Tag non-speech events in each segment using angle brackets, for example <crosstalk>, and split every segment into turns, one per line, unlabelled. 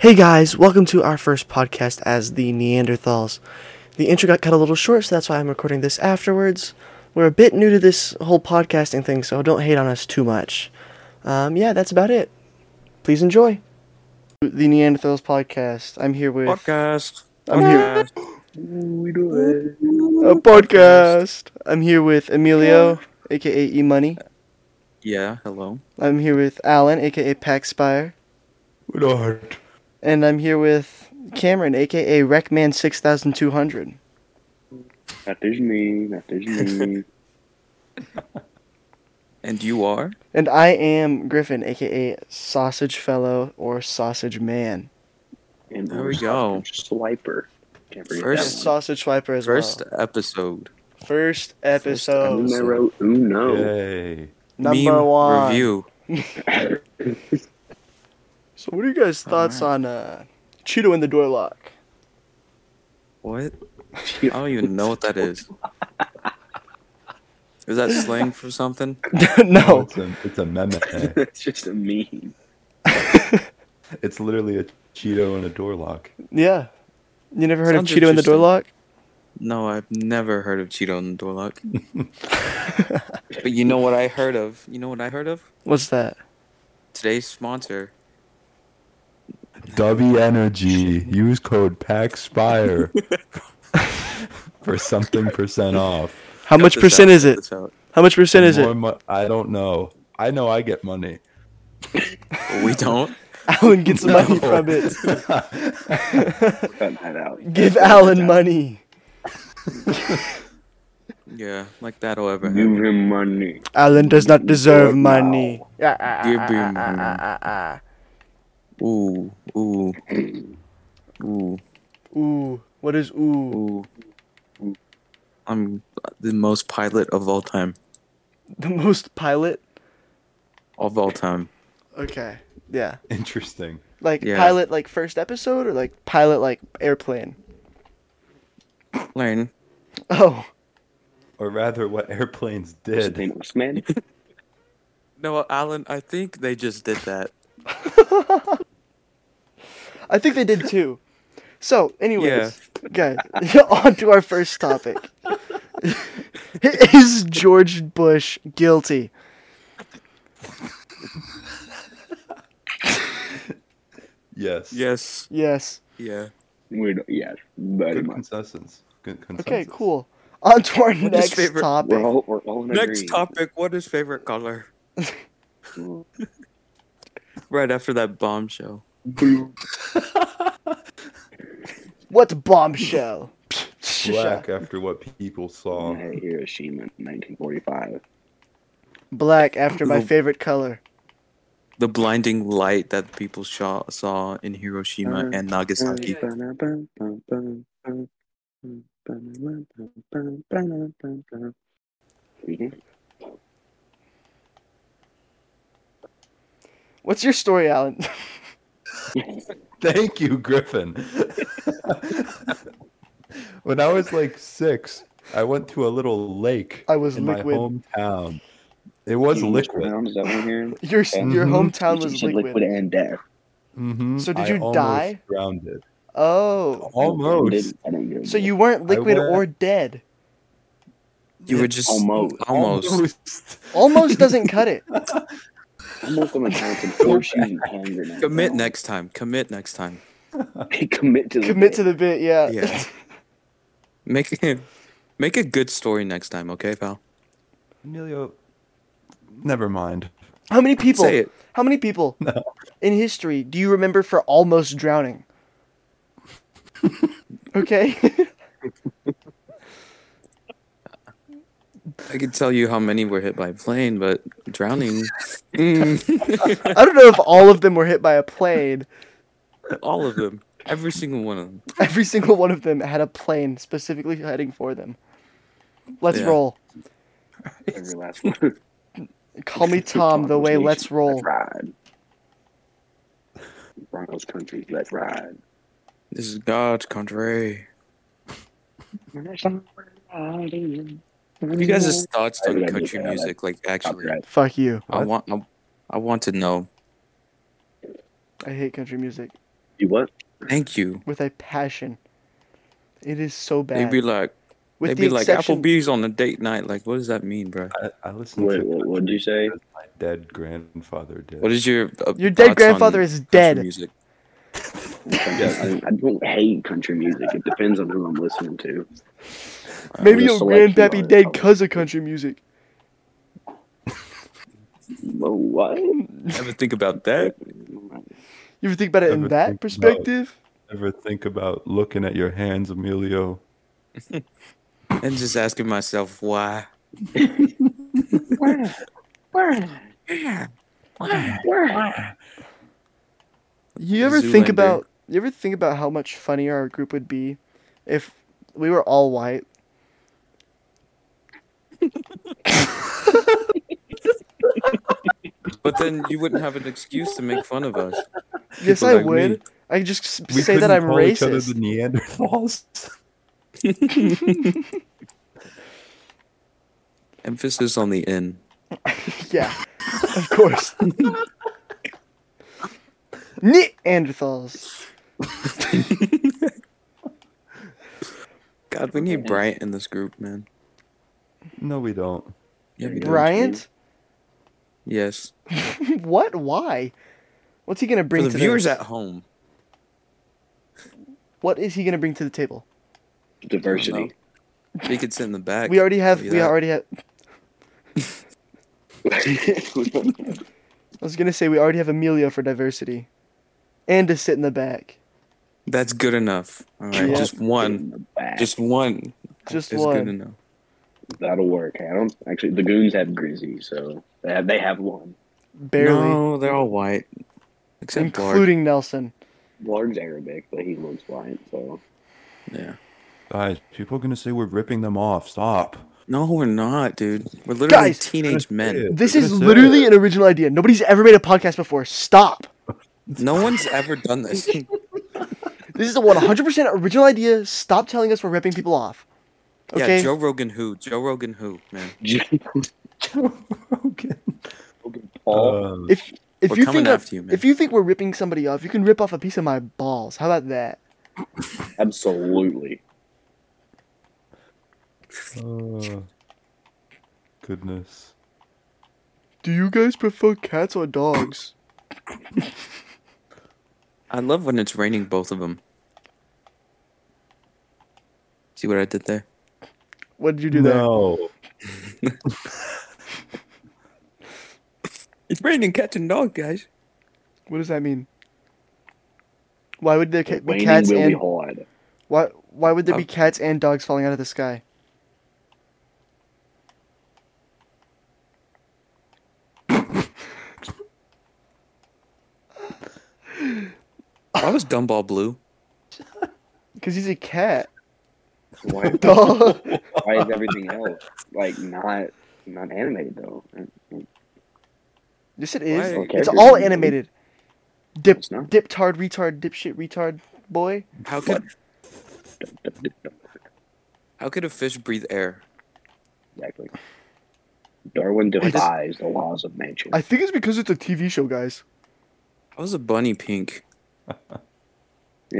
Hey guys, welcome to our first podcast as the Neanderthals. The intro got cut a little short, so that's why I'm recording this afterwards. We're a bit new to this whole podcasting thing, so don't hate on us too much. Um, yeah, that's about it. Please enjoy the Neanderthals podcast. I'm here with
podcast.
I'm here.
We do it.
A podcast. I'm here with Emilio, aka E Money.
Yeah, hello.
I'm here with Alan, aka Packspire,
We do it.
and I'm here with Cameron, aka Wreckman Six Thousand Two Hundred.
That is me. That is me.
And you are?
And I am Griffin, aka Sausage Fellow or Sausage Man.
and
There we go.
Swiper. Can't forget
First
that
Sausage Swiper as
First
well.
episode.
First episode.
one. Numero
Oh.
uno.
Yay.
number
meme
one.
Review.
So, what are you guys' thoughts
Alright.
on uh, Cheeto and the Door
<laughs>
Lock? <laughs>
What? I don't even know what that is. Is that slang for something?
Oh,
no.
it's a, it's
<laughs>
a meme.
That's just a meme.
it's literally a Cheeto and a door lock.
Yeah. You never heard
Sounds
of Cheeto and the Door
interesting.
Lock?
No, I've never heard of Cheeto and
<laughs>
the Dorlock. but you know what I heard of? You know what I heard of?
What's that?
Today's sponsor.
Dubby Energy. Use code PACSPIRE <laughs> for something percent off.
How
Cut
much
this
percent
out,
is
cut
it?
this out.
How much percent is
More
it?
mo- I don't know. I know I get money. <laughs>
We don't.
<laughs> Alan gets
No.
money from
<laughs>
it.
Cut that out.
Give
Cut that
Alan
out.
money.
Yeah, like that'll ever
Give
happen.
him money.
Alan does not deserve
No.
money. Yeah, ah,
Give
ah,
him
ah, ah,
money.
ah, ah,
Ooh, ooh, ooh,
ah. Ooh. What is ooh?
ooh. I'm the most pilot of all time.
The most pilot?
Of all time.
Okay. Yeah.
Interesting.
Like
Yeah.
pilot like first episode or like pilot like airplane? <laughs>
Learn.
Oh.
Or rather, what airplanes
Just
did.
think, what's man?
No, Alan, I think they just did that.
I think they did too. So, anyways, guys, <laughs> on to our first topic. <laughs> Is George Bush guilty?
Yes.
Yes.
Yes.
Yeah.
We don't, yes, very
Good
much.
consensus. Good consensus.
Okay, cool. On to our
What is
next
favorite-
topic.
We're all, we're all in
Next
agreement.
topic, what is favorite color? Right after that bombshell.
Blue.
What bombshell?
Black after what people saw.
Hey, Hiroshima, 1945.
<laughs> Black after my
The-
favorite color.
The blinding light that people saw, saw in Hiroshima and Nagasaki.
Reading?
What's your story, Alan? <laughs>
Thank you, Griffin. when I was like six, I went to a little lake
I was
in my
liquid.
hometown. It was
Huge
liquid.
round, Is that what I'm hearing?
Your your
Mhm.
hometown
You
<laughs>
was
said
liquid.
and death.
Mhm.
So did
I
you
almost
die?
Drowned.
Oh,
I
Almost.
didn't, I didn't get
so you weren't liquid
went-
or dead.
You were just
Almost.
almost.
Almost. <laughs>
Almost doesn't cut it.
almost
<laughs>
on the count of horseshoes and hand grenades.
<laughs> Commit next time. Commit next time.
<laughs> commit to the
Commit to the bit, yeah.
Yeah. make it. Make a good story next time, okay, pal?
Emilio. Never mind.
<laughs> How many people?
Say it.
How many people in history do you remember for almost drowning? okay. <laughs>
I could tell you how many were hit by a plane, but drowning. <laughs> Mm.
I don't know if all of them were hit by a plane.
All of them. Every single one of them.
Every single one of them had a plane specifically heading for them. Let's
Yeah.
roll.
every last one. <laughs>
Call
<laughs>
me Tom the way
Broncos
let's
Nation,
roll.
Let's ride. Broncos country, let's ride.
This is God's country. You
You
guys' thoughts
I
on
think I did
country
that, like,
music, like actually,
copyright.
Fuck you.
I want, I, I want to know.
I hate country music.
You what?
Thank you.
with a passion. It is so bad.
They'd be like,
with
they'd
the
be like
exception,
Applebee's on a date night. Like, what does that mean, bro?
I, I listened
Wait,
to
what what did you say?
my dead grandfather did.
What is your uh,
Your dead
thoughts
grandfather
on
is
country
dead.
Music?
I, I don't hate country music. It depends on who I'm listening to.
maybe
the
your
selection
grandpappy
line
dead
probably.
cause of country music.
Whoa, what?
Ever think about that?
You ever think about it in
Ever
that
think
perspective?
Ever think about looking at your hands, Emilio?
And just asking myself why.
You ever think
Zoolander.
about you ever think about how much funnier our group would be if we were all white?
But then you wouldn't have an excuse to make fun of us.
Yes,
People
I
like me.
would. I could just s-
We
say that
couldn't
I'm
call each other the
racist.
Neanderthals.
Emphasis on the N.
<laughs> yeah, of course. Neanderthals.
God, we need Bryant in this group, man.
<laughs> No, we don't.
Yeah, we do.
Bryant?
Yes.
<laughs> what? Why? What's he gonna bring
For
to
the viewers
this?
at home,
What is he gonna bring to the table?
Diversity.
he could sit in the back.
We already have.
Look
We
at that.
already have.
<laughs>
I was gonna say we already have Emilio for diversity, and to sit in the back.
That's good enough. All right,
Yeah.
just one. Just one.
Just
is
one.
good enough.
that'll work. I don't actually. The goons have Grizzy, so they have, they have one
Barely,
No, they're all white. Except
including Nelson.
large Arabic, but he looks white.
<laughs>
So
Bard. Yeah.
Guys, people are gonna say we're ripping them off.
<laughs>
Stop.
No, we're not, dude. We're literally
Guys! <laughs>
teenage men.
This
That's
is
it.
literally an original idea. Nobody's ever made a podcast before. Stop.
No one's ever
<laughs>
done this.
This is a 100% original idea. Stop telling us we're ripping people off. Okay.
Yeah, Joe Rogan who? Joe Rogan who, man?
Uh, Okay.
Paul,
Um,
if if
We're
you
coming
think that-
after you, man.
if you think we're ripping somebody off, you can rip off a piece of my balls. How about that?
absolutely.
uh, goodness.
Do you guys prefer cats or dogs?
I love when it's raining both of them. See what I did there?
What did you do there?
no.
It's raining cats and dog, guys.
What does that mean? Why would there ca- be
Waning
cats
will be
and
hard.
why why would there be
Um,
cats and dogs falling out of the sky?
Why was Gumball blue?
Because he's a cat. <laughs>
Why,
Duh.
why is everything else like not not animated though?
yes, it is.
Why-
It's all
Characters.
animated. Dip,
It's not.
diptard, retard, dipshit, retard, boy.
How could how could a fish breathe air?
Exactly. Darwin defies the laws of nature. <laughs>
I think it's because it's a TV show, guys.
How was a bunny pink?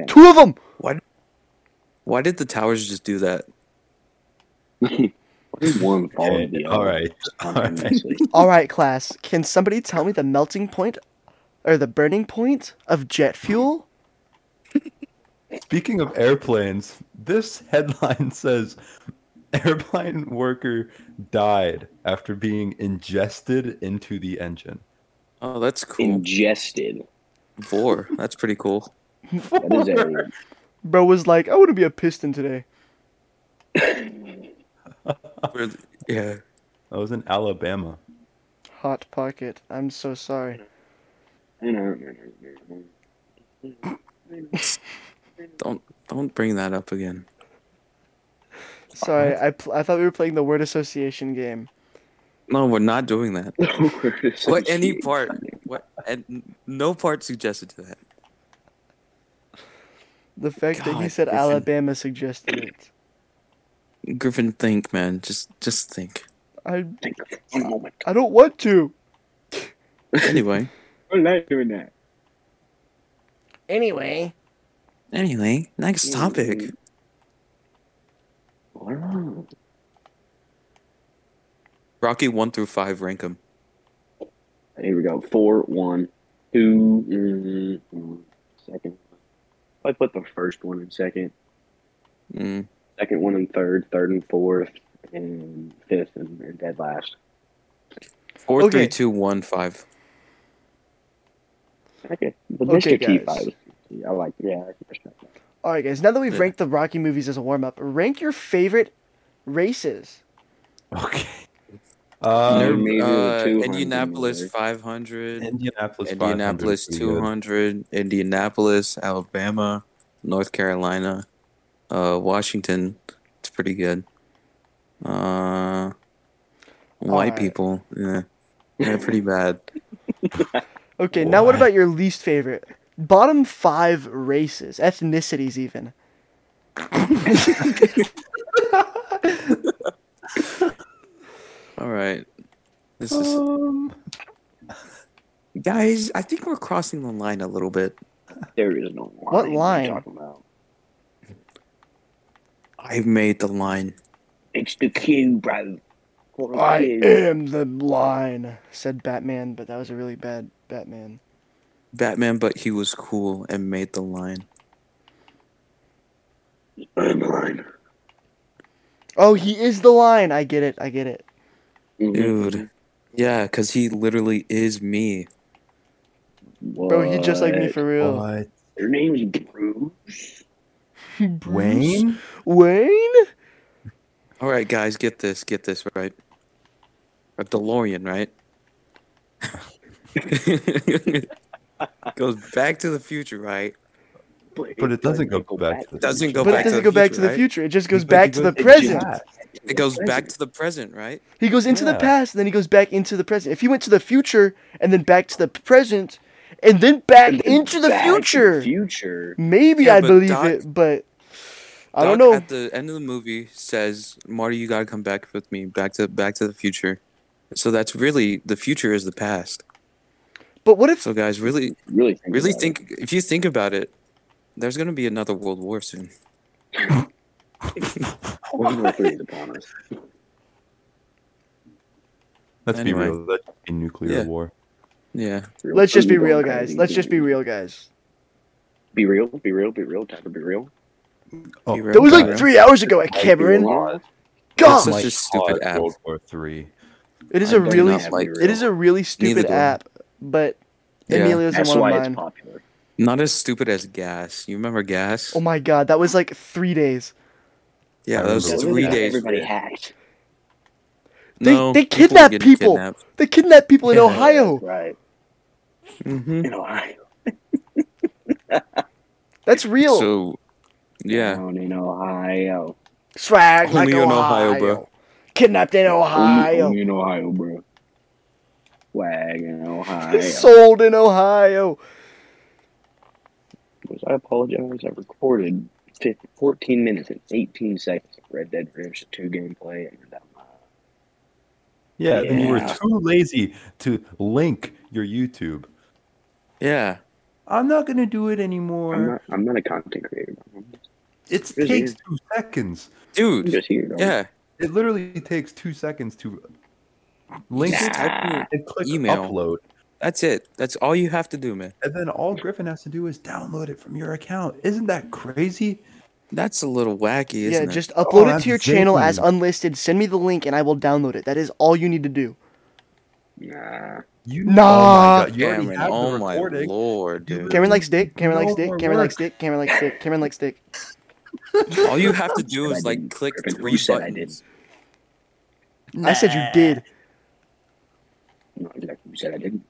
Two of them.
Why why did the towers just do that?
One follows
Okay,
the other.
all right. All right.
honestly.
All right, <laughs> class. Can somebody tell me the melting point or the burning point of jet fuel?
Speaking of airplanes, this headline <laughs> says airplane worker died after being ingested into the engine.
Oh, that's cool.
Ingested.
Vor. That's pretty cool.
That is a
Bro was like, I want to be a piston today.
Where- yeah.
That was in Alabama.
Hot pocket. I'm so sorry.
<laughs>
Don't don't bring that up again.
Sorry, I, pl- I thought we were playing the word association game.
No, we're not doing that. What
what
any part? What and no part suggested to that.
The fact that he
God,
said
listen.
Alabama suggested it.
Griffin, think, man. Just just think.
I
Think of it. one moment.
I don't want to.
Anyway,
We're not doing that.
Anyway,
Anyway, next
Mm.
topic.
Wow.
Rocky one through five, rank them.
Here we go. Four, one, two, mm, mm, second. If I put the first one in second,
Mm.
second one in third, third and fourth, and fifth and, and dead last.
Four,
Okay.
three, two, one, five.
Okay. But
Okay,
Mr. T
guys.
five. I like yeah, I can respect that.
all right, guys. Now that we've
Yeah.
ranked the Rocky movies as a warm up, rank your favorite races.
Okay.
Never
Um,
mind. maybe
uh,
200
Indianapolis
there.
five hundred.
Indianapolis. 500
Indianapolis
would be good.
two hundred. Indianapolis, Alabama, North Carolina, uh, Washington. It's pretty good. Uh, white
Alright.
people. Yeah. They're pretty bad.
Okay, now what
What?
about your least favorite? Bottom five races, ethnicities, even.
All right. This is
Um,
guys. I think we're crossing the line a little bit.
There is no line.
What line?
What are you talking about?
I've made the line.
It's the Q, bro. Call it Q.
am the line," said Batman, but that was a really bad Batman.
Batman, but he was cool and made the line.
I'm the line.
Oh, he is the line. I get it. I get it.
Mhm.
Dude. Yeah, because he literally is me.
Mm-hmm.
Bro, he just like me
What?
for real.
what?
Your name's Bruce.
Wayne?
Wayne?
All right, guys, get this, get this right. A DeLorean, right? <laughs> Goes back to the future, right?
But it doesn't go back to the
Doesn't
future.
go
but
back
it doesn't
to
go
the
back
future,
to the
right?
future. It just goes
But
back
it
to the
goes-
present.
Yeah.
It goes back to the present, right?
He goes into the
Yeah.
past, then he goes back into the present. If he went to the future and then back to the present and then back into the
Back to
future,
future.
maybe
Yeah,
I
but
believe
Doc-
it, but I don't
Doc
know.
At the end of the movie, says Marty, you gotta come back with me, back to back to the future. So that's really the future is the past.
But what if
So guys, really,
Really think.
really
about it.
think if you think about it, there's gonna be another world war soon.
World War Three is upon us.
Let's
Anyway.
be real. That's a nuclear
Yeah.
war.
Yeah,
Real-
let's just
you
be
don't
real
have
guys.
any
Let's just be
game.
real guys.
Be real. Be real. Be real. Type of be real.
Oh,
That
That was
Yeah.
like 3 hours ago at
Like, be
Cameron.
alive.
It's
God.
such a stupid app.
World War Three.
It is
I
a
do
really
not like-
it is a really
Neither
stupid
do I.
app, but
Yeah.
Emilio's in
That's
one of
why it's
mine.
popular.
not as stupid as gas. You remember gas?
Oh my god, that was like 3 days.
yeah,
I
that was
remember
three
that.
days.
Everybody hacked.
They-
no,
they
people
kidnap
get
people.
kidnapped.
They kidnapped people in
<laughs> Yeah.
Ohio.
Right.
Mhm.
In Ohio.
That's real.
So, yeah,
Down in Ohio.
Swag like
Only in
Ohio.
Ohio, bro.
Kidnapped in Ohio.
Only, only in Ohio, bro.
<laughs>
Wag in Ohio.
Sold in Ohio.
Was I apologize? I recorded fif- 14 minutes and 18 seconds of Red Dead Redemption 2 gameplay. And that
Yeah, then you were
Yeah.
too lazy to link your YouTube.
yeah.
I'm not gonna do it anymore.
I'm, not, I'm not a content creator. I'm
it
busy.
takes two seconds.
Dude,
just here. dog.
yeah.
It literally takes two seconds to link
Just
it
type your-
and click
Email.
upload,
That's it. That's all you have to do, man.
and then all Griffin has to do is download it from your account. Isn't that crazy?
That's a little wacky, isn't
yeah,
it?
just upload
Oh,
it to your
I'm
channel as
zinging.
unlisted. Send me the link and I will download it. That is all you need to do.
Nah.
You
Nah.
oh my God, you already
Cameron,
have the
oh my
recording.
lord,
You
dude.
Cameron likes dick. Cameron
No
likes dick.
more
Cameron likes
work.
dick. Cameron likes dick. Cameron likes dick.
All you have
<laughs>
to do
Said I
is like
didn't.
click
Griffin, who
three
said I
buttons.
I said you did. <laughs>
I'm not exactly who said I
<laughs>
didn't.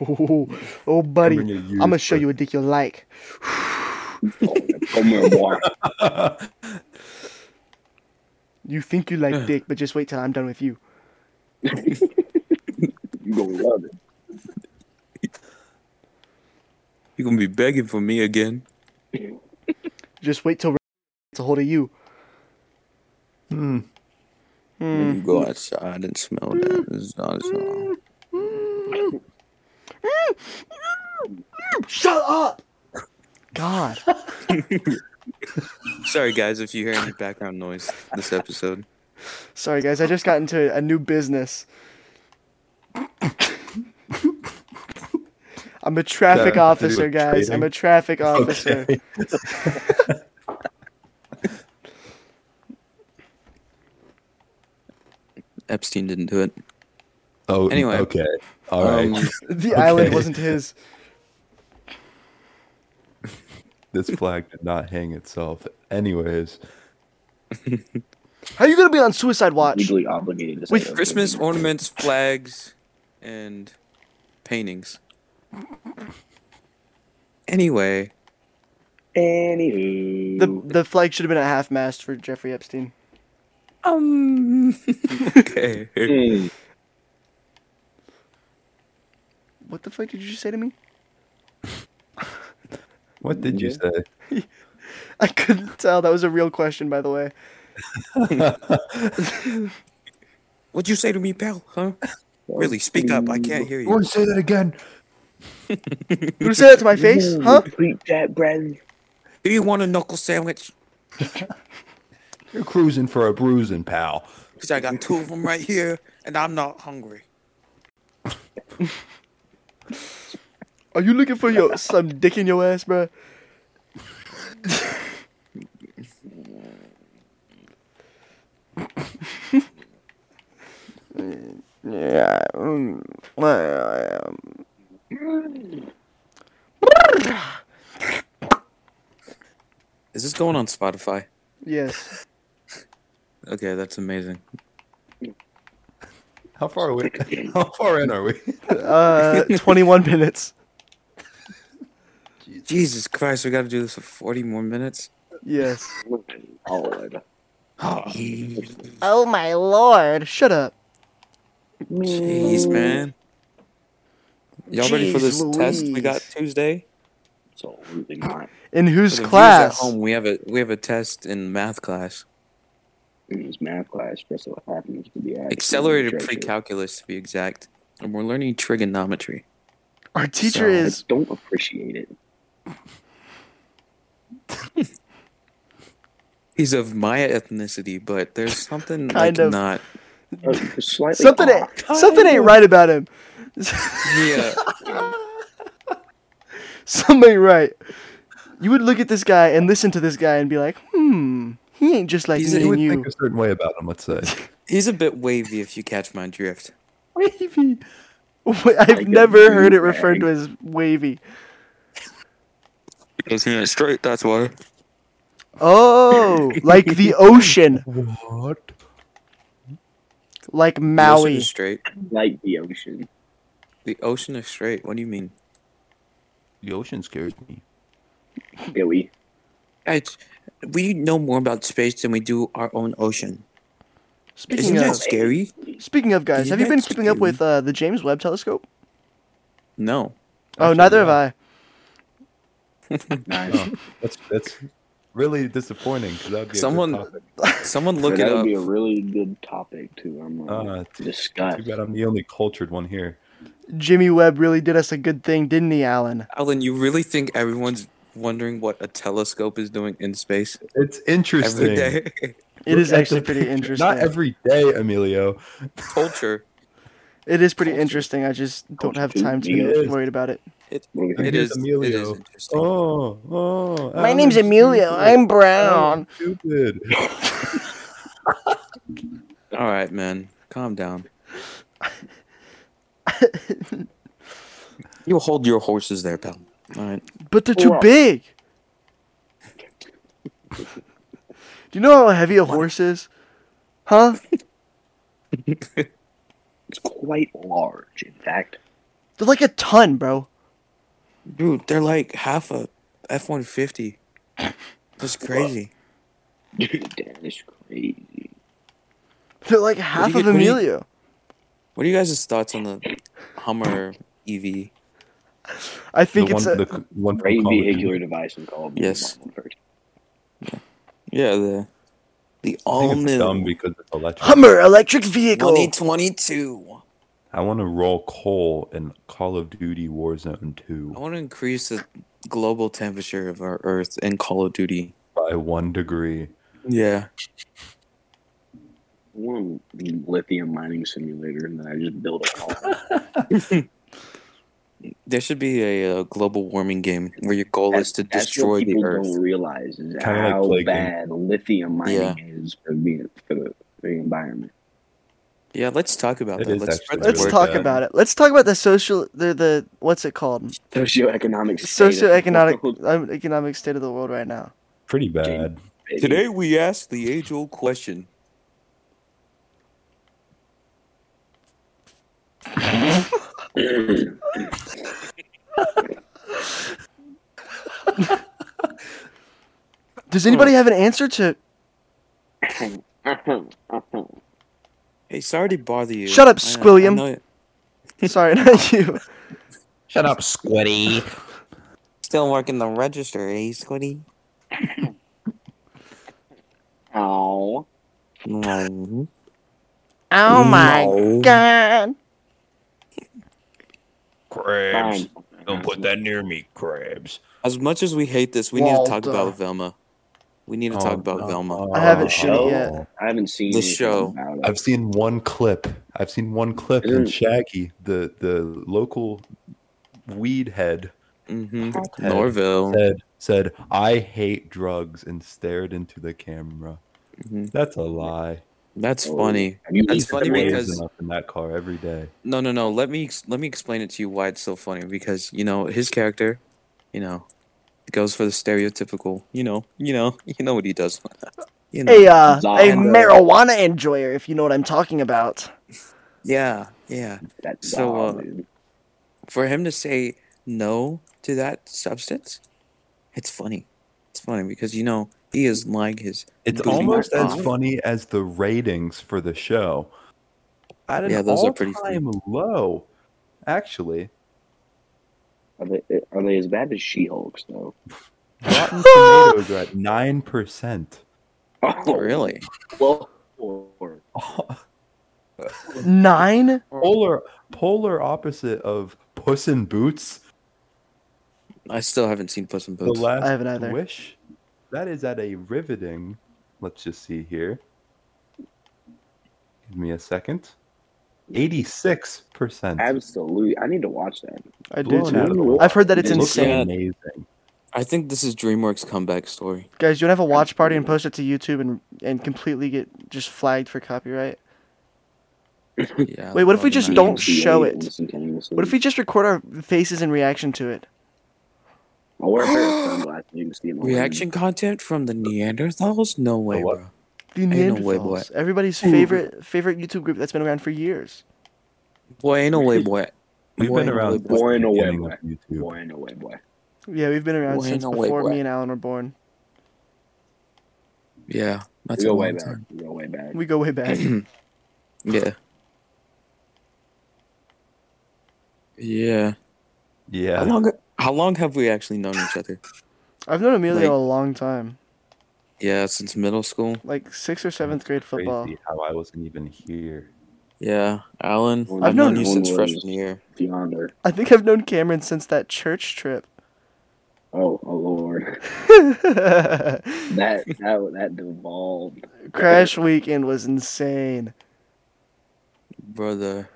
Oh, oh, buddy.
Cameron, you're
I'm going to show you a dick you'll like.
Oh, come here, boy.
You think you
<sighs>
like dick, but just wait till I'm done with you.
You gonna love it.
You're gonna be begging for me again.
Just wait till <laughs> Red gets a hold of you.
Hmm.
Hmm.
When you go outside and smell
Hmm.
that. It's not, it's not.
Shut up.
<laughs>
God.
Sorry, guys, if you hear any background noise this episode.
Sorry, guys. I just got into a new business. <laughs> I'm a traffic
That had to do
officer,
with
guys. I'm
trading?
a traffic officer.
<laughs>
<laughs>
Okay.
Epstein didn't do it.
Oh,
Anyway.
Okay. All right.
Um,
The island
Okay.
wasn't his.
this flag did not hang itself. Anyways,
How you gonna be on suicide watch?
legally obligated to say
With
those
Christmas
things.
ornaments, flags, and paintings. Anyway,
Anywho,
The the flag should have been a half mast for Jeffrey Epstein. <laughs>
um, okay.
Mm.
What the fuck did you just say to me? <laughs>
what did you say?
I couldn't tell. That was a real question, by the way.
What'd you say to me, pal? Huh? Really, speak up. I can't hear you.
Or say that again.
You said that to my face,
Mm,
huh?
Repeat that, Bradley.
Do you want a knuckle sandwich?
You're cruising for a bruising, pal.
Because I got two of them right here, and I'm not hungry.
Are you looking for your some dick in your ass, bruh? yeah.
Is this going on Spotify?
Yes.
Okay, that's amazing.
How far away? <laughs> How far in are we?
<laughs>
Uh, 21 minutes.
Jesus Christ, we got to do this for 40 more minutes.
Yes.
Lord.
Ah.
Ah,
Jeez,
Oh my lord! Shut up.
man. Y'all ready for
Jeez
this test we got
Louise.
Tuesday?
So, really not.
In
For
whose
the viewers
class?
At home, we have a we have a test in math class.
in his math class, that's what happens to be actually
Accelerated
treasure.
pre-calculus to be exact, and we're learning trigonometry.
Our teacher
So-
I
is
don't appreciate it.
He's of Maya ethnicity, but there's
<laughs>
something
Kind
like
of.
not.
Uh, slightly
something.
"Oh,
off.
ain't- something ain't right about him. <laughs>
Yeah,
Something right. You would look at this guy and listen to this guy and be like, hmm, he ain't just like
He's-
me
he
you would
and you.
think
<laughs>
a certain way about him. Let's say.
he's a bit wavy if you catch my drift.
Wavy. I've
Like a
never heard it
douchebag.
referred to as wavy.
Because he ain't straight. That's why.
Oh, like the ocean,
What?
like
The ocean
Maui.
is straight.
Like the ocean.
The ocean is straight. What do you mean?
The ocean scares me.
Billy.
It's, we know more about space than we do our own ocean. Isn't
Speaking
that
of,
scary?
speaking of guys,
Isn't
have you
that
been keeping up
scary?
with uh, the James Webb Telescope?
No.
Oh,
Actually,
neither have
yeah.
I.
Oh, that's that's really disappointing. 'cause that'd be a good
Someone-
topic.
Someone look
that
it
would
up.
be a really good topic to um, uh,
Uh, too,
discuss.
too bad I'm the only cultured one here.
Jimmy Webb really did us a good thing, didn't he, Alan?
Alan, you really think everyone's wondering what a telescope is doing in space
It's interesting.
every day? <laughs>
It is
Look at
actually
the
pretty
picture.
interesting.
Not every day, Emilio.
Culture.
It is pretty interesting. I just don't
Culture
have
too.
time to
Yeah,
be
it is.
worried about it.
It,
What do we
it
think?
Here's
is. It is
Emilio.
interesting.
Oh, oh.
My name's
Alan's
Emilio.
stupid.
I'm
Alan's
brown.
Stupid.
All right, man. Calm <laughs> down. you hold your horses there, pal. All right.
But they're too
Wow.
<laughs>
big. Do you know how heavy a horse is? Huh?
It's quite large, in fact.
They're like a ton, bro.
Dude, they're like half a F one fifty. That's crazy.
that is crazy.
They're like half
you
of
get- what do you-
Emilio.
What are you guys' thoughts on the Hummer E EV?
I think
the
it's
one,
a,
the c- one from
Great
college.
vehicular device and called
Yes.
Marvel first.
Yeah, the the
I
all
think it's
new
dumb because it's electric.
E
Hummer electric vehicle.
twenty twenty two.
I want to roll coal in Call of Duty Warzone 2
I want to increase the global temperature of our Earth in Call of Duty.
by one degree.
Yeah.
One lithium mining simulator, and then I just build
<laughs>
a colony.
There should be a, uh global warming game where your goal is to
That's
destroy
what people
the Earth.
don't realize is
Kinda like
how
Plague Inc.
bad lithium mining
Yeah.
is for the for the, for the environment.
Yeah, let's talk about
It
that.
is
Let's
actually
spread the
Let's
Work
word.
talk
that.
about it. Let's talk about the social the the what's it called?
Socioeconomic state of the
Socioeconomic
world.
um, economic state of the world right now.
Pretty bad.
<laughs>
Today we ask the age-old question.
Does anybody have an answer
<laughs>
to
Hey, sorry to bother you.
Shut up,
I- I
Squilliam.
know it-
Sorry, not you.
Shut up, Squiddy.
Still working the register, eh, Squiddy?
Ow.
No.
Oh my
No.
god.
Crabs.
Fine.
Don't put that near me, crabs.
As much as we hate this, we need to talk
Walter.
about Velma. We
Oh,
need to talk about Velma.
I haven't seen it yet.
I haven't seen
The
anything
show.
about it.
I've seen one clip. I've seen one clip in
Isn't-
Shaggy, the the local weed head
hmm
Okay.
Norville.
said said I hate drugs and stared into the camera.
Mhm.
That's a lie.
That's
Oh.
funny.
Have you
That's
eaten
funny
it?
Raising
because-
up in that car every day.
No, no, no. Let me ex- let me explain it to you why it's so funny because you know his character, you know, goes for the stereotypical. You know, you know, <laughs> you know what he does. you know.
A uh, a
Zombie.
marijuana enjoyer, if you know what I'm talking about.
Yeah, yeah.
That's
So,
all,
uh,
dude.
For him to say no to that substance, it's funny. It's funny because you know he is like his.
It's
Goofy
almost as
Mark.
funny as the ratings for the show. At an
Yeah, those are pretty
all-time low, <laughs> actually.
Are they are they as bad as She-Hulk's though? <laughs>
Rotten Tomatoes are at nine percent.
Oh,
Really?
Well, or-
Nine?
Polar polar opposite of Puss in Boots.
I still haven't seen Puss in
The
Boots.
last
I haven't either.
wish. That is at a riveting. Let's just see here. Give me a second. Eighty-six percent.
absolutely. I need to watch that.
I do
Blown out of
too.
the
Ooh.
water.
I've heard that it's
It looks
insane.
like-
amazing.
I think this is DreamWorks comeback
<laughs>
story.
Guys, you want to have a watch party and post it to YouTube and and completely get just flagged for copyright?
Yeah.
Wait, what if we
probably
just
not.
don't
DMCA
show it.
instantaneously.
What if we
Mm.
just record our faces in reaction to it?
I'll wear a
<gasps>
pair of sunglasses, you can see them all.
Reaction content from the Neanderthals? No way,
Oh, what?
bro.
The
Ain't no way, boy.
Neanderthals. Everybody's favorite favorite YouTube group that's been around for years.
Boy, ain't no way, boy.
We've
Boy,
been
ain't no
around
way,
since
boy.
the
Born away,
beginning of YouTube.
Boy, no way, boy.
Yeah, we've been around
Boy, ain't
since
no way,
before
boy.
me and Alan were born.
Yeah, that's
we
a
go way
long
back.
time.
We go way back.
We go way
<clears throat>
back.
Yeah. Yeah. How
Yeah.
long? How long have we actually known each other?
I've known Emilio
Like-
a long time,
Yeah, since middle school.
like sixth or seventh grade football.
Crazy how I wasn't even here.
Yeah, Alan.
Well,
I've,
I've
known
known
you
one
since
was-
freshman year.
Beyond her.
I think I've known Cameron since that church trip. <laughs>
Oh, oh lord. <laughs>
<laughs>
That that that devolved.
Crash weekend was insane.
Brother.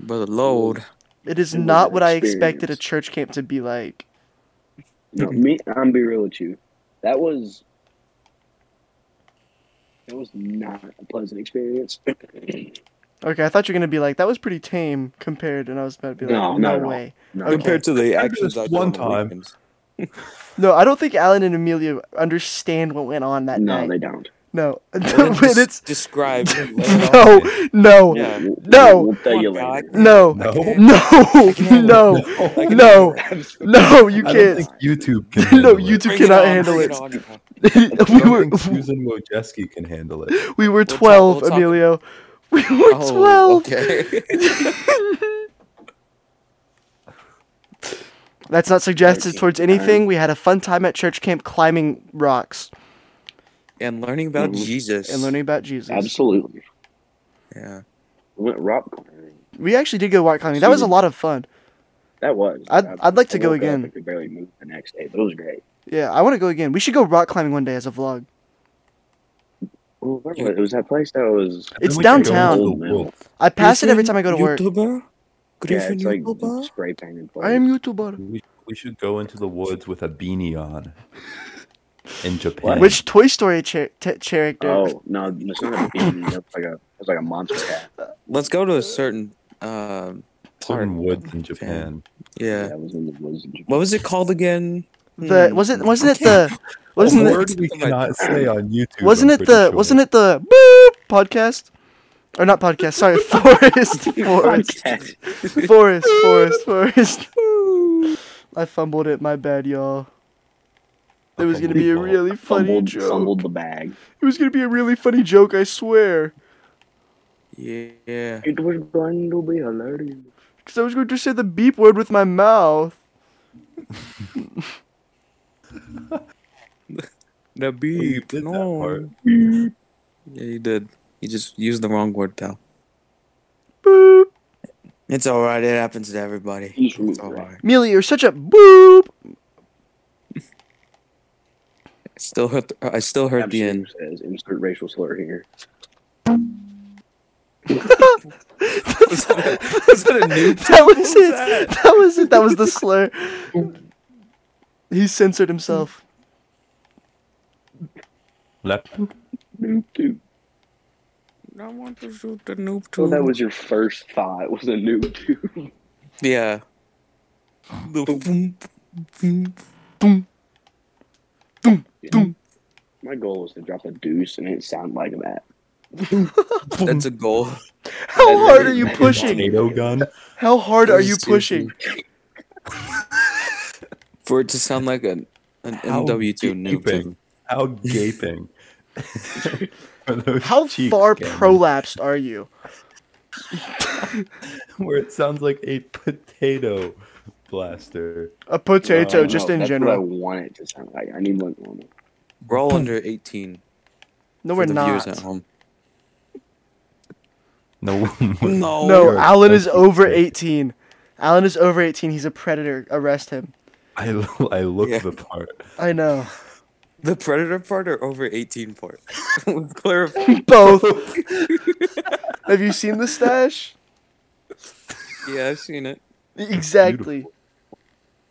Brother Lord.
It is
It was
not
an
what I expected a
experience.
church camp to be like. <laughs>
No, me. I'm be real with you. That was. That was not a pleasant experience.
Okay, I thought you were gonna be like that was pretty tame compared, and I was about to be like,
No,
no,
not at all.
way.
No.
Okay.
Compared to the
Compared to
actions
this
I did
one
on the <laughs>
time.
weekends.
No, I don't think Alan and Amelia understand what went on that
No,
night.
they don't.
No, <laughs>
Well, then
When
just
it's
describe. it later <laughs> on.
<laughs> no, no,
Yeah.
We'll-
No.
We'll tell you
Come on,
later. <laughs>
dog.
no,
No.
<laughs>
Okay.
no, <laughs> no,
No.
no, <laughs> no. You
I don't
can't.
think YouTube
<laughs>
can.
No,
handle it.
YouTube
Bring it
cannot
on,
handle
bring
it.
on, y'all.
I
<laughs> we
don't
were
think Susan Wojcicki can handle it.
we were
talk-
12
we'll talk-
Emilio. <laughs> We were
<laughs> Oh,
12.
Okay. <laughs>
That's not suggested
Thirteen.
towards anything. We had a fun time at church camp climbing rocks
and learning about
Mhm.
Jesus.
and learning about Jesus.
Absolutely.
Yeah.
We went rock climbing.
We actually did go rock climbing. That was a lot of fun.
That was.
I'd-
I-
I'd like to
I
go
woke up
again.
and could barely move the next day, but it was great.
Yeah, I want to go again. We should go rock climbing one day as a vlog.
Well, where was it? It was that place that was.
It's
Then we can go
downtown.
to the wolf.
I pass it every time I go to work.
YouTuber? Good
Yeah, it's like
evening, YouTuber?
spray painted place.
I am YouTuber.
We, we should go into the woods with a beanie on. In Japan.
Which Toy Story cha- t- character?
Oh no,
<laughs>
it's not a bean. That's like a it's like a monster cat.
Let's go to a certain. Um,
certain woods in
Japan.
Japan?
yeah.
That was in the woods. in Japan.
What was it called again?
The
Hmm.
wasn't wasn't it the wasn't
a
it,
word we cannot say on YouTube.
wasn't
I'm
it
pretty
the
sure.
wasn't it the boop podcast or not podcast?
<laughs>
Sorry, forest, forest, <laughs>
Podcast.
forest, forest, forest. I fumbled it. My bad, y'all. It was gonna be a
Unbelievable.
really funny
fumbled,
joke.
fumbled the bag.
It was gonna be a really funny joke. I swear.
Yeah.
It was going to be hilarious.
Because I was going to say the beep word with my mouth.
The beep.
did that
no.
part.
Yeah, you did. You just used the wrong word, pal.
Boop.
It's all right. It happens to everybody.
He's
It's
rude,
all
right?
Oh, right.
Mealy, you're such a boop.
I still heard. I still heard the end. <laughs>
Says, insert racial slur here.
was, that, was that <laughs> a
<laughs>
new?
That was it.
that?
That? was it. That was the slur. He censored himself.
Left.
I want to shoot the noob too.
So Oh, that was your first thought was a noob tube.
yeah. The boom, boom.
<laughs> My goal was to drop a deuce and it sounded like that.
That's a goal.
How
That-
hard are you
that-
pushing?
Tornado gun.
How hard
that
are
is
you
too
pushing?
For it to sound like an an
How
MW two noob
stupid.
tube. <laughs>
How gaping. <laughs> Are those
How
cheeks,
far
Cameron?
prolapsed are you?
<laughs> Where it sounds like a potato blaster.
A potato,
Uh,
just
no,
in
that's What I
general.
want it to sound like. I need one normal.
We're all under eighteen.
No,
for
we're
the viewers at
not.
home. <laughs>
No.
No,
No.
You're a
Alan is
fucking
over
idiot.
18. Alan is over 18. He's a predator. Arrest him.
I, lo- I look
Yeah.
the part.
I know.
<laughs>
<laughs>
The predator part or over eighteen part? <laughs> Let's clarify.
<laughs> Both. Have you seen the stash?
Yeah, I've seen it.
Exactly.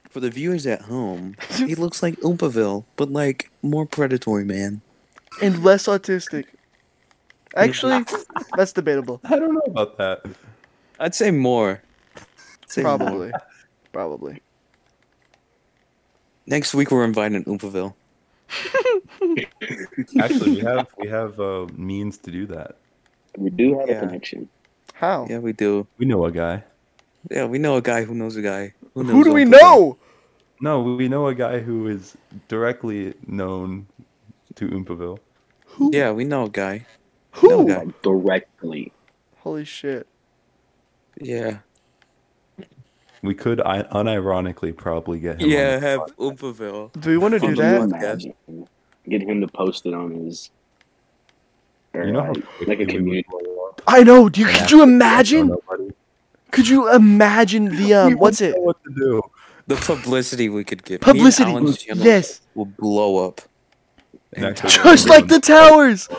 For the viewers at
<laughs>
home, he looks like Oompaville, but like more predatory, man.
And less autistic. Actually, that's debatable.
I don't know about that.
I'd say more. I'd say more.
Probably. Probably.
Next week we're inviting Oompaville.
Actually, we have we have uh, means to do that.
We do have
Yeah.
a connection.
How?
Yeah, we do.
We know a guy.
Yeah, we know a guy who knows a guy. Who, knows
Who do we
Oompaville.
know?
No, we know a guy who is directly known to Oompaville.
Who?
Yeah, we know a guy.
Who?
No guy.
Like, directly.
Holy shit.
Yeah.
We could I- unironically probably get him. on
Yeah,
the-
have Oompaville.
Do we want to do
Can you
that?
imagine? Get him to post it on his. or,
You know how
like,
quickly
like a
we
community.
I know. Do you, could you imagine?
Nobody.
Could you imagine the um?
We
What's
wouldn't
it?
know What to do?
The publicity we could get. Me and
Publicity.
Alan's channel
Yes.
Will blow up.
And actually,
Just like the towers.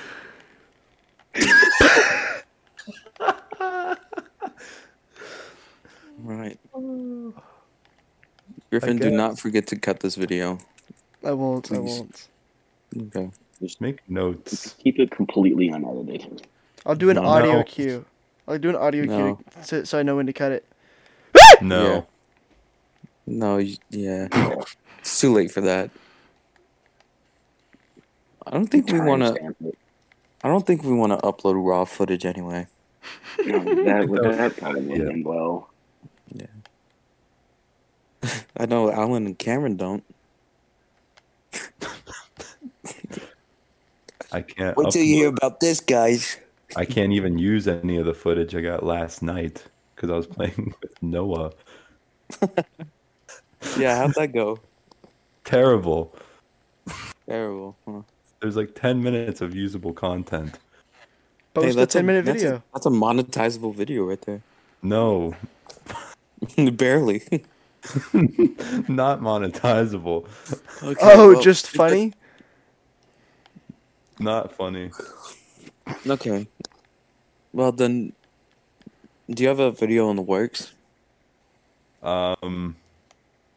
Right. Griffin, do not forget to cut this video.
I won't. I
Please.
won't.
Okay.
Just
<laughs>
make notes.
Keep it completely unedited.
I'll do an
No.
audio cue. I'll do an audio
No.
cue so, so I know when to cut it.
No.
Yeah. No, y- yeah. it's too late for that. I don't think we want to.
Timestamp it.
I don't think we want to upload raw footage anyway.
No, that,
<laughs>
would-
No.
that probably wouldn't end well.
I know Alan and Cameron don't.
I can't.
Wait till
upload-
you hear about this, guys.
I can't even use any of the footage I got last night because I was playing <laughs> with Noah.
Yeah, how'd that go?
Terrible.
Terrible. Huh?
There's like 10 minutes of usable content.
Post a
that's
10 minute
that's
video.
that's a monetizable video right there. <laughs>
No, <laughs>
Barely. <laughs>
not monetizable.
Okay,
oh,
well,
just funny?
Not funny.
Okay. Well then, do you have a video in the works?
Um,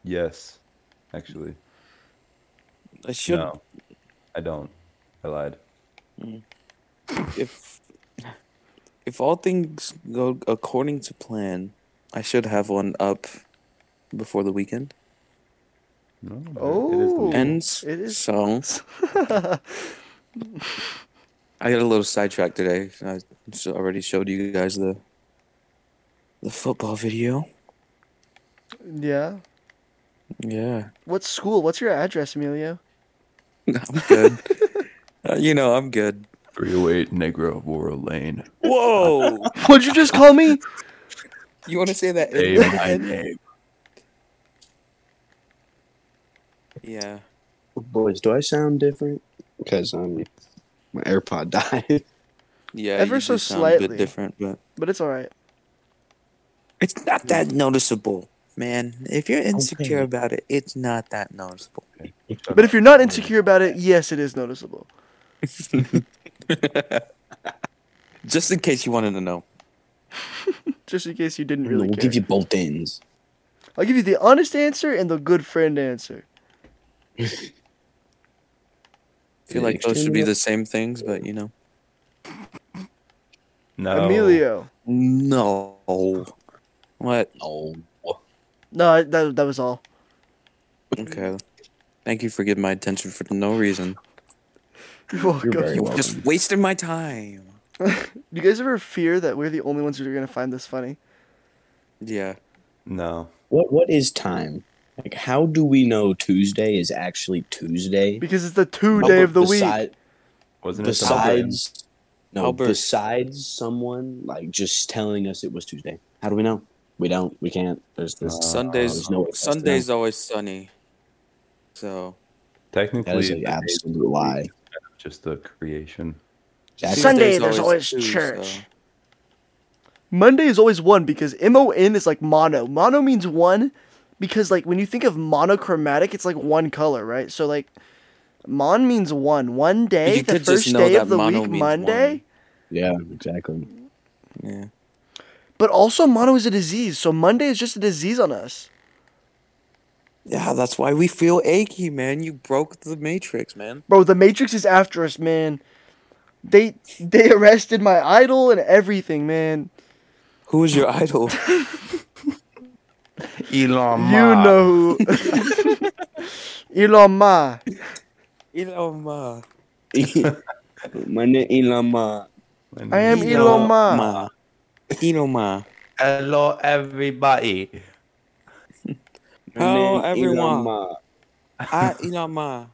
yes, actually,
I should
no, I don't. I lied.
if if all things go according to plan, I should have one up before the weekend
No, it is the
Oh.
weekend.
ends.
it is- <laughs>
so. I got a little sidetracked today. I s- already showed you guys the the football video.
yeah.
Yeah, <laughs>
What school? What's your address, Emilio?
I'm
<laughs>
good. Uh, you know, I'm good.
308 Negro War Lane.
Whoa!
What'd you just call me?
you want to say that?
Say
in-
my name.
yeah.
Oh, Boys, do I sound different? Because um, my AirPod <laughs> died.
Yeah.
Ever
you
so
do sound a
slightly.
bit different, but
<laughs> But it's all right.
it's not that noticeable, man. If you're insecure about it, it's not that noticeable.
But if you're not insecure about it, yes, it is noticeable.
Just in case you wanted to know.
Just in case you didn't really
we'll
care.
give you both ends.
I'll give you the honest answer and the good friend answer.
I feel like those should be the same things, but you know. Oh.
No.
Emilio.
No. What?
No.
No, I- that, that was all. <laughs>
Okay. Thank you for giving my attention for no reason.
You're welcome.
very
You just wasted my time.
Do you guys ever fear that we're the only ones who are gonna find this funny?
Yeah.
No.
What What is time? Like, how do we know Tuesday is actually Tuesday?
Because it's the two day of the week.
Besi-
Wasn't it something?
Besides, no.
Albert.
Besides someone like just telling us it was Tuesday. How do we know? We don't. We can't. There's this.
Uh,
Sundays
there's no way for us to know.
Sundays always sunny. So
Technically,
That is
the
an
day
absolute lie.
is just a creation.
That's
Sunday,
Tuesday's
there's always
two,
church.
so-
Monday is always one because M O N is like mono. Mono means one because like when you think of monochromatic, it's like one color, right? So like mon means one. One day,
You
the
could just
first
know
day
that
of the
mono
week,
means
Monday.
one.
yeah, exactly.
<laughs>
Yeah.
But also mono is a disease, so Monday is just a disease on us.
Yeah, that's why we feel achy, man. You broke the matrix, man.
Bro, the Matrix is after us, man. They they arrested my idol and everything, man.
Who is your idol?
Elon Musk.
You know
<laughs>
who <laughs> Elon Ma.
Elon Musk.
My name Elon Musk.
I am
Elon
Elon Ma.
Ma. Elon Ma.
Hello, everybody.
My
Hello,
name
everyone.
Elon Musk.
I Elon Ma.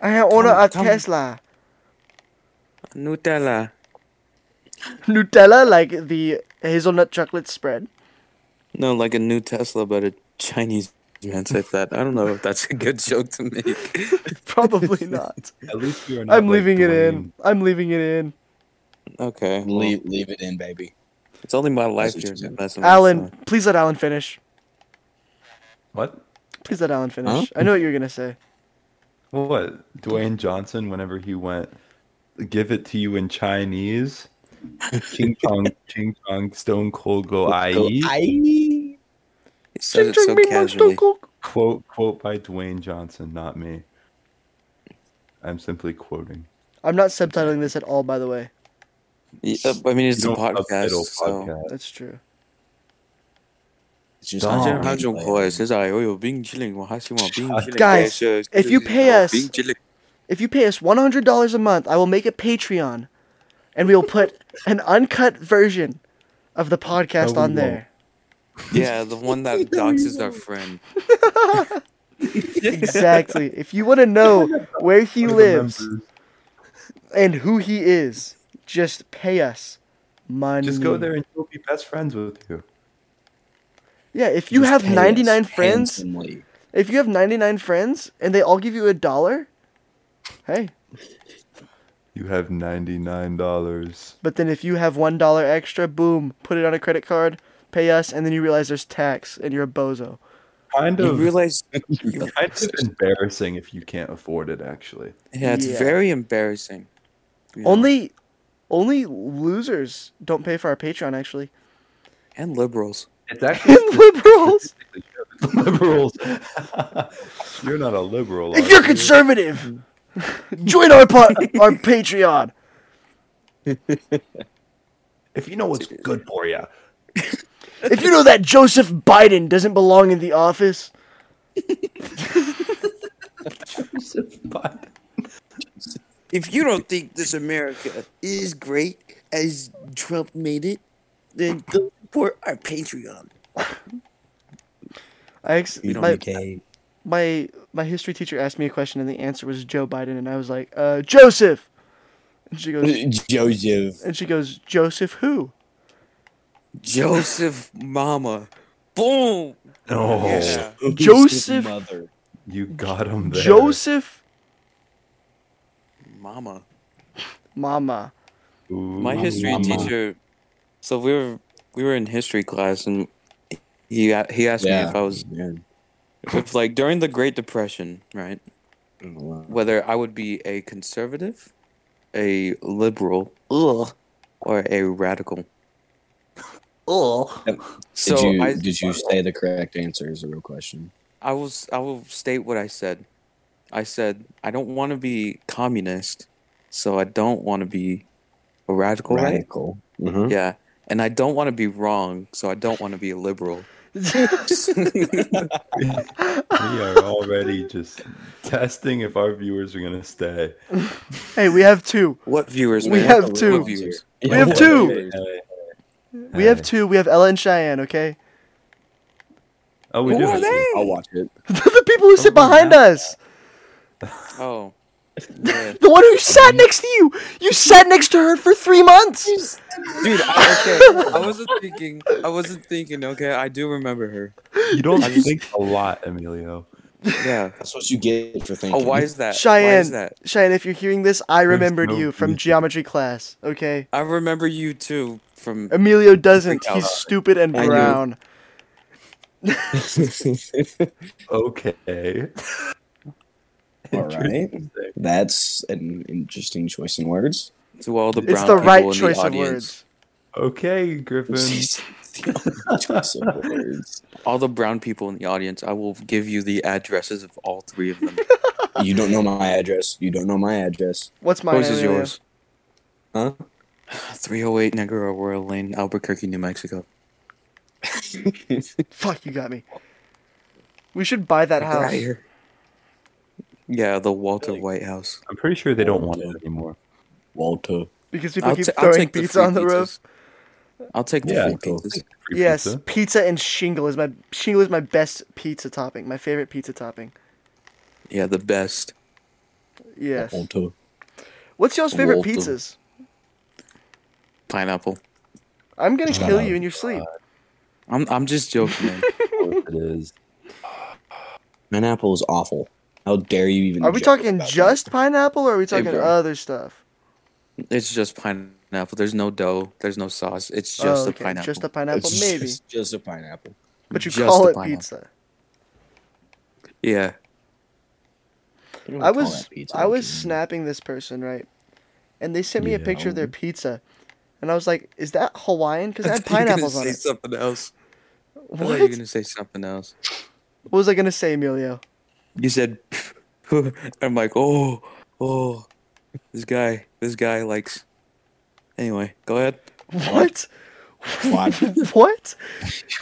I am owner of
Come-
Tesla.
Nutella.
Nutella like the hazelnut chocolate spread. <laughs>
No, like a new Tesla, but a Chinese man said that. I don't know if that's a good joke to make. <laughs>
Probably not.
At least you are not
I'm
like
leaving it
Dwayne.
in. I'm leaving it in.
Okay. well,
Leave, leave it in, baby.
it's only my life
That's
here.
interesting.
That's what I'm
Alan,
saying.
please let Alan finish.
What?
Please let Alan finish. I know what you're gonna say.
What? Dwayne Johnson, whenever he went, give it to you in Chinese. King Kong, King Kong, Stone Cold go E?"
E?
IE.
I.
He said it so casually.
Quote, quote by Dwayne Johnson, not me. I'm simply quoting.
I'm not subtitling this at all, by the way.
Yeah, I mean, it's
You
a
don't
podcast.
subtitle
So.
podcast.
That's true.
It's just
Don't.
not
Oh,
being
Hajjung
played.
Boy says, "I owe you being chilling, well, how she want being chilling,
Guys,
yeah, she-
if you pay
oh,
us-
being chilling."
If you pay us $100 a month, I will make a Patreon and we will put an uncut version of the podcast
No, we
on there.
yeah, <laughs> the one that doxes our friend.
<laughs> Exactly. If you want to know where he
Who
lives
remembers?
and who he is, just pay us money.
Just go there and you'll be best friends with you.
Yeah, if you
Just
have
pay us
99 friends,
handsomely.
if you have 99 friends and they all give you a dollar, hey,
You have ninety nine dollars.
But then if you have one dollar extra, boom, put it on a credit card, pay us, and then you realize there's tax and you're a bozo.
Kind
You
of,
realize, <laughs> you
kind of embarrassing if you can't afford it. Actually,
yeah, it's
Yeah.
very embarrassing. you know.
Only only losers don't pay for our Patreon <laughs> actually.
and liberals.
it's <laughs> actually
And liberals.
liberals. <laughs> You're not a liberal.
If
are
you're
you?
<laughs> conservative, join our po- our Patreon.
if you know what's good for you,
If you know that Joseph Biden doesn't belong in the office,
If you don't think this America is great as Trump made it, then go support our Patreon.
I ex-
You don't
my,
Okay.
<laughs>
my my history teacher asked me a question and the answer was Joe Biden and I was like, uh, Joseph. And she goes,
Joseph.
and she goes, Joseph who?
Joseph Mama. Boom.
no,
Yeah.
Joseph-
Mother.
Oh, you got him there.
Joseph
Oh. Mama.
Mama.
Ooh.
My history
Mama.
teacher. So we were we were in history class and he a- he asked me
Yeah.
if I was
Yeah.
if like during the Great Depression, right?
Wow.
Whether I would be a conservative, a liberal, ugh, or a radical. Oh.
Did
So
you
I
did you say the correct answer is a real question?
I will s- I will state what I said. I said I don't want to be communist, so I don't want to be a radical, right?
Radical. Mhm.
Yeah, and I don't want to be wrong, so I don't want to be a <laughs> liberal.
We are already just testing if our viewers are gonna stay.
Hey, we have two.
what viewers?
We
man?
have
What
two.
viewers.
We have two.
Hey,
We have
hey.
two. We have Ella and Cheyenne, okay?
Oh, we
Who
do.
are
have
they?
two.
I'll watch it.
<laughs> the people who sit behind us.
<laughs> Oh, yeah.
The one who sat next to you. You sat next to her for three months.
dude. I, okay, I wasn't thinking. I wasn't thinking. Okay, I do remember her.
<laughs>
You don't think a lot, Emilio.
Yeah.
That's what you get for thinking.
Oh, why
<laughs>
is that? Why is
Cheyenne,
that?
Cheyenne, if you're hearing this, I remembered
no
you from
reason.
geometry class, okay?
I remember you too from.
Emilio doesn't.
Freak out.
He's stupid and
I knew.
brown.
Okay.
All right. That's an interesting choice in words.
To all the brown
It's the
people in
right
the
choice of
audience.
words.
<laughs>
Okay, Griffin.
choice of words.
all the brown people in the audience. I will give you the addresses of all three of them.
<laughs> You don't know my address. You don't know my
<laughs>
address.
What's <laughs> mine?
Yours is
Emilio?
yours. <sighs>
Huh?
308 Negro oh Royal Lane, Albuquerque, New Mexico.
Fuck, you got me. We should buy that house.
Yeah, the Walter White House.
I'm pretty sure they don't want it anymore.
Walter.
Because people
I'll,
keep
ta- I'll
throwing
take the
pizza
free
on the
pizzas.
roof.
I'll take the
Yeah,
free
I'll go.
pizzas.
Free
Yes,
pizza.
pizza and shingle is my shingle is my best pizza topping. My favorite pizza topping.
Yeah, the best.
Yes.
Walter.
What's y'all's favorite
Walton.
pizzas?
Pineapple.
I'm gonna kill
Uh,
you in your sleep.
I'm I'm just joking. Man.
It is.
Pineapple is awful. How dare you even?
Are we
joke
talking
about
just pineapple, or are we talking
bro.
other stuff?
it's just pineapple. There's no dough. There's no sauce. It's
oh,
just a
okay.
pineapple.
Just a
that?
pineapple,
It's
maybe.
Just, just a pineapple.
but you
just
call
a
it
pineapple.
pizza.
yeah.
You don't
I
call
was
that pizza,
I
do
was
you?
snapping this person right, and they sent me a
Yeah.
picture of their pizza, and I was like, "Is that Hawaiian?
<laughs>
Because it had
You're gonna
pineapples on
say
it."
something else. I thought
What?
you were gonna say something else.
What was I gonna say, Emilio?
you said <laughs> i'm like oh oh this guy this guy likes anyway go ahead
What?
What?
<laughs> what?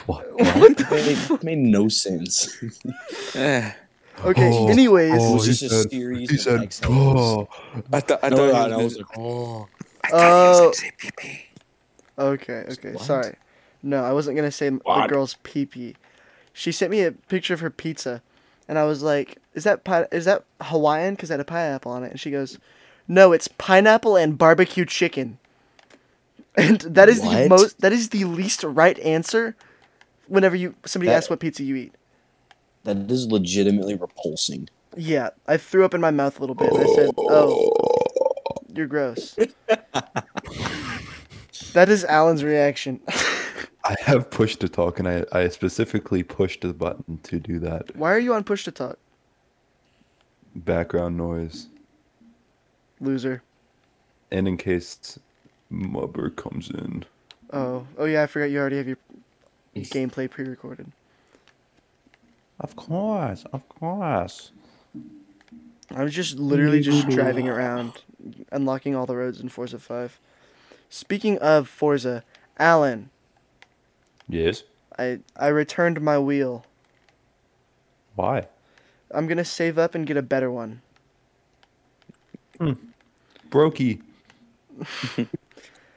What? the-
It made no
<laughs>
sense. It
Eh,
<laughs> Okay.
Oh,
anyways,
oh,
was
he
just a
said-
series.
he
of
said,
like syllables.
i, th- I
No,
thought
no,
he
no, I
was
was
gonna-
like, oh.
oh,
say pee-pee.
okay, okay.
What?
Sorry. No, I wasn't gonna say the
What?
girl's pee pee. She sent me a picture of her pizza, and I was like, "Is that pi- is that Hawaiian? Because it had a pineapple on it." And she goes, "No, it's pineapple and barbecue chicken." <laughs> And that is the
What?
most. That is the least right answer. Whenever you somebody
That-
asks what pizza you eat,
That is legitimately repulsing.
yeah, I threw up in my mouth a little bit. And I said, "Oh, You're
<laughs>
gross. that is Alan's reaction. <laughs>
I have push to talk, and I, I specifically pushed the button to do that
Why are you on push to talk,
background noise.
loser?
And in case Mubber comes in,
Oh, oh yeah, I forgot you already have your gameplay pre-recorded.
of course, of course.
I was just literally just driving around, unlocking all the roads in Forza 5. Speaking of Forza, Alan,
Yes.
I I returned my wheel.
Why?
I'm gonna save up and get a better one.
Brokey.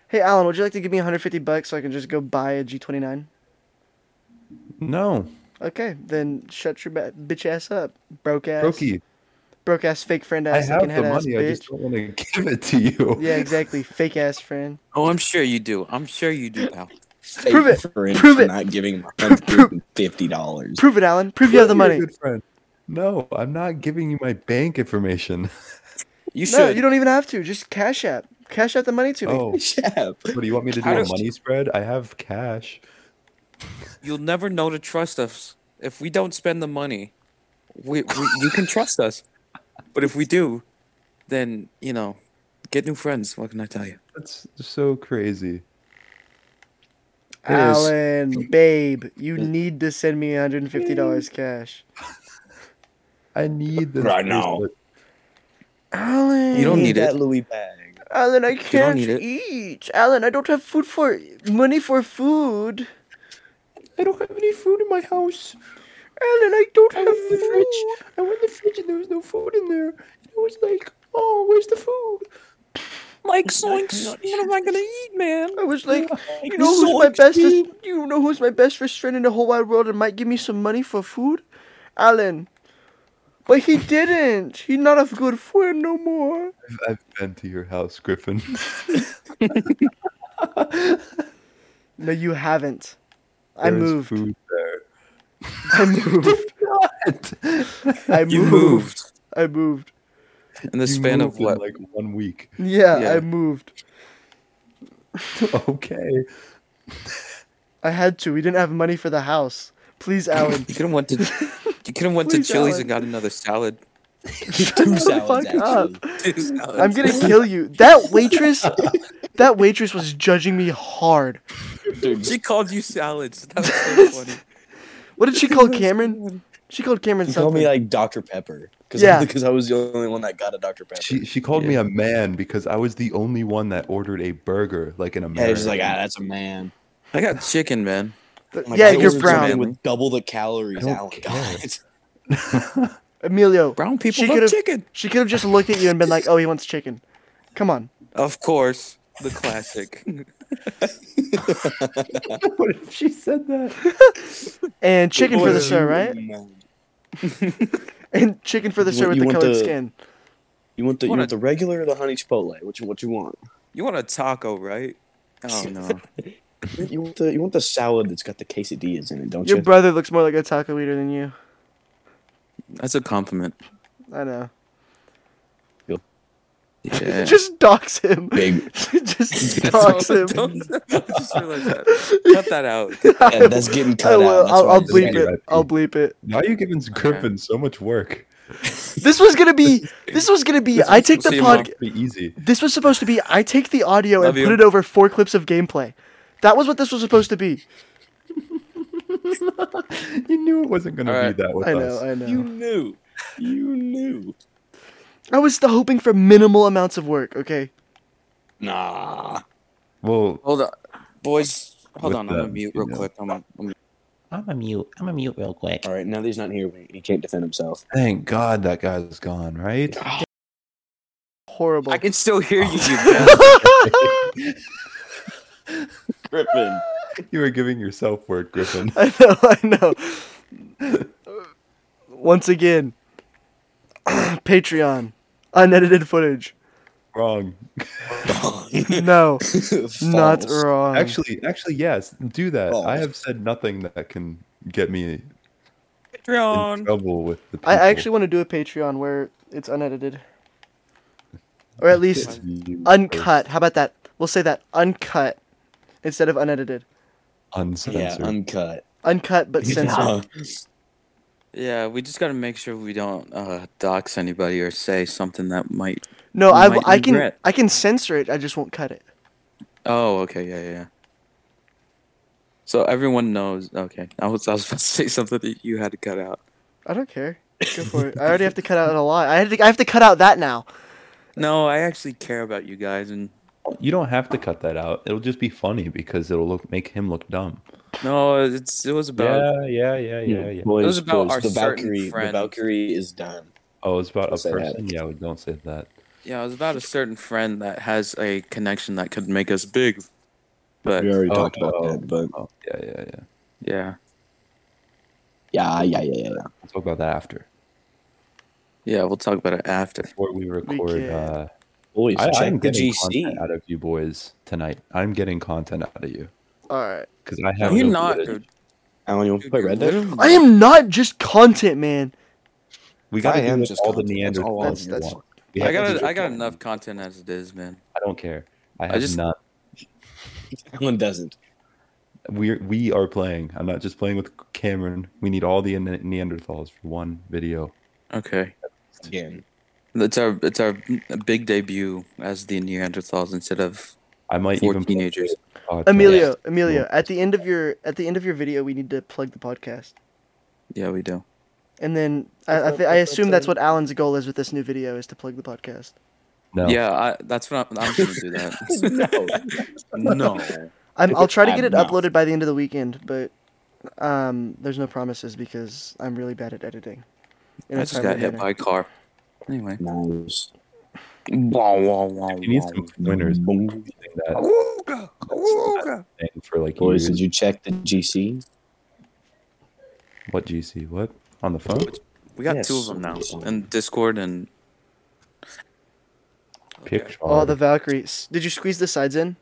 Hey Alan, would you like to give me 150 bucks so I can just go buy a G29?
No.
Okay, then shut your ba- bitch ass up, broke ass,
Brokey.
broke ass, fake friend
I
ass,
have
looking
the
head ass
money. I just
bitch.
don't want to give it to you.
<laughs> Yeah, exactly, fake ass
<laughs>
friend.
Oh, I'm sure you do. I'm sure you do, pal.
Fake
Prove it.
friend
Prove
for
it.
not giving him
<laughs>
$150.
Prove it, Alan. Prove you have the
You're a
money.
good friend. No, I'm not giving you my bank information.
You should.
No, you don't even have to. Just cash app, cash out the money to me.
Oh,
Yeah.
what do you want me to do?
I
A
don't-
money spread? I have cash.
You'll never know to trust us if we don't spend the money. We, we you can trust us, but if we do, then you know, get new friends. What can I tell you?
That's so crazy. It is.
Alan, babe, you need to send me $150 cash.
I need this
Right now.
bracelet.
Alan,
You don't need
that
it.
Louis bag.
Alan, I can't
need it.
eat. Alan, I don't have food for money for food.
I don't have any food in my house.
Alan, I don't
I
have
went in the
food.
fridge. I went in the fridge and there was no food in there. And I was like, oh, where's the food?
Like Zoinks, what am I gonna eat, man?
I was like, you know who's my best? You know who's my best best friend in the whole wide world and might give me some money for food, Alan. But he didn't. He's not a good friend no more.
I've, I've been to your house, Griffin. <laughs>
No, you haven't. I
There's
moved.
food there.
I moved. I moved.
You moved
I moved.
in the
You
span of
moved in,
what?
like
<laughs>
one week.
Yeah, I
Yeah.
moved.
okay.
I had to. We didn't have money for the house.
<laughs>
Please, Alan.
You could have went to you could have went to
Please,
Chili's
Alan.
and got another salad.
Shut
<laughs> Two
the
salads,
fuck up.
actually.
Two salads.
I'm gonna kill you. That
<laughs>
waitress, that waitress was judging me hard.
<laughs>
Dude,
She called you salads. That was so funny.
What did she call Cameron? She called Cameron
she
something.
called me like Dr. Pepper. Because <laughs>
Yeah.
I was the only one that got a Dr. Pepper.
She she called me a man because I was the only one that ordered a burger, like an
yeah,
American.
she's like, ah, that's a man.
I got chicken, man.
But-
I'm like,
yeah,
I
you're
ordered
brown,
something With double the calories,
I don't
Alan. <laughs>
care.
God.
Emilio.
Brown people
She
love
could've-
chicken.
She could have just looked at you and been like, "Oh, he wants chicken." Come on.
Of course, the classic. "Ah."
<laughs> what if she said that?
And chicken for the
Ordered
sir,
<laughs>
right?
a man.
And chicken for the
You
sir
want-
with
you
the
want
colored
the-
skin.
You want the you
Wanna-
want the regular or the honey chipotle? Which what you want?
You want a taco, right? Oh no.
You want the you want the salad that's got the quesadillas in it, don't
Your
you?
brother looks more like a taco eater than you.
That's a compliment.
I know.
Yeah.
<laughs> Just dox him. <laughs>
Big.
just
That's
dox
all-
him.
don't- <laughs> I just realized that. Cut that out.
Yeah, that's getting cut
I
out.
will.
That's
I'll,
why
I'll
I just
bleep
added
it. I'll bleep it.
Now you're giving Griffin so much work.
This was gonna be. This was gonna be.
This
I
was
take the
supposed to be
podcast.
my-
Pretty
<laughs>
easy.
This was supposed to be I take the audio
Love
and put
you.
it over four clips of gameplay. That was what this was supposed to be.
You knew it wasn't gonna
All right.
be that with
I know,
us.
I know.
You knew. You knew.
I was still hoping for minimal amounts of work, okay?
Nah.
Well,
Hold on, boys. Hold
With
on. I'm gonna
them,
mute
you
real
know.
quick. I'm on. I'm,
I'm a mute. I'm a mute real quick.
All right, now that he's not here, we- he can't defend himself.
thank God that guy's gone, right?
Horrible.
I can still hear you. <laughs> you bastard.
I
<laughs> Griffin.
<laughs> You were giving yourself
<laughs>
work, Griffin.
know, <laughs> I know. Once again, <clears throat> Patreon, unedited footage.
Wrong.
<laughs>
No, not
False.
wrong.
Actually, actually, yes, do that.
False.
I have said nothing that can get me in
Patreon.
trouble with the.
I
people.
actually want to do a Patreon where it's unedited. or at least uncut. How about that? We'll say that uncut instead of unedited.
Uncensored.
Yeah, uncut. Oh,
Uncut but
<laughs>
censored.
Yeah, we just got to make sure we don't uh, dox anybody or say something that might.
No, I,
Might
I can
regret.
I can censor it. I just won't cut it.
Oh, okay, yeah, yeah, yeah. So everyone knows. Okay, I was I was about to say something that you had to cut out.
I don't care. Go for it. I already have to cut out a lot. I have to I have to cut out that now.
No, I actually care about you guys, and
You don't have to cut that out. It'll just be funny because it'll look make him look dumb.
no, it's it was about.
yeah, yeah,
Hmm.
Boys,
It was about
boys,
our
the
certain
Valkyrie. The
friend.
Valkyrie is done.
Oh, it's about a
Don't say that.
person. Yeah, we don't say that.
Yeah, it was about a certain friend that has a connection that could make us big. But
We already
Oh,
talked about
oh.
that, but
Oh, yeah, yeah, yeah.
yeah,
yeah, yeah, yeah, yeah. yeah.
We'll talk about that after.
yeah, we'll talk about it after.
Before we record.
can.
uh,
Boys,
I, I'm
check the
getting
GC.
content out of you boys tonight. I'm getting content out of you
All right.
because I have.
you're
no
not,
footage.
dude.
Alan, you want to
Dude,
play
you're
Red Dead?
literally-
I am not just content, man.
We got
I
to
am
do
just
just all the
content. That's all
That's-
Neanderthals.
that's-
want. We
I
have to
got
do-
I got enough content as it is, man.
I don't care. I have
just-
none.
Alan doesn't.
We're we are playing. I'm not just playing with Cameron. We need all the Ne- Neanderthals for one video.
Okay,
Again,
it's our it's our big debut as the Neanderthals instead of
I might
four
even play
teenagers.
a podcast.
Emilio, Emilio, at the end of your at the end of your video, we need to plug the podcast,
Yeah, we do.
and then I I, th- I assume that's what Alan's goal is with this new video is to plug the podcast.
No.
Yeah, I, that's what I'm, I'm gonna do. That no,
I'm, I'll try to get it
I'm not.
uploaded by the end of the weekend, but um, there's no promises because I'm really bad at editing. In
<laughs> I
a
just
timely
got hit
manner.
by a car. Anyway,
<laughs> nice.
Wah, wah, wah,
You need
wah.
some winners.
Boom.
That
Awooga, awooga.
thing for like
Boys,
years.
did you check the GC?
What GC? What on the phone?
We got
Yes.
two of them now, and Discord and.
Picture.
Oh, the Valkyries! Did you squeeze the sides in?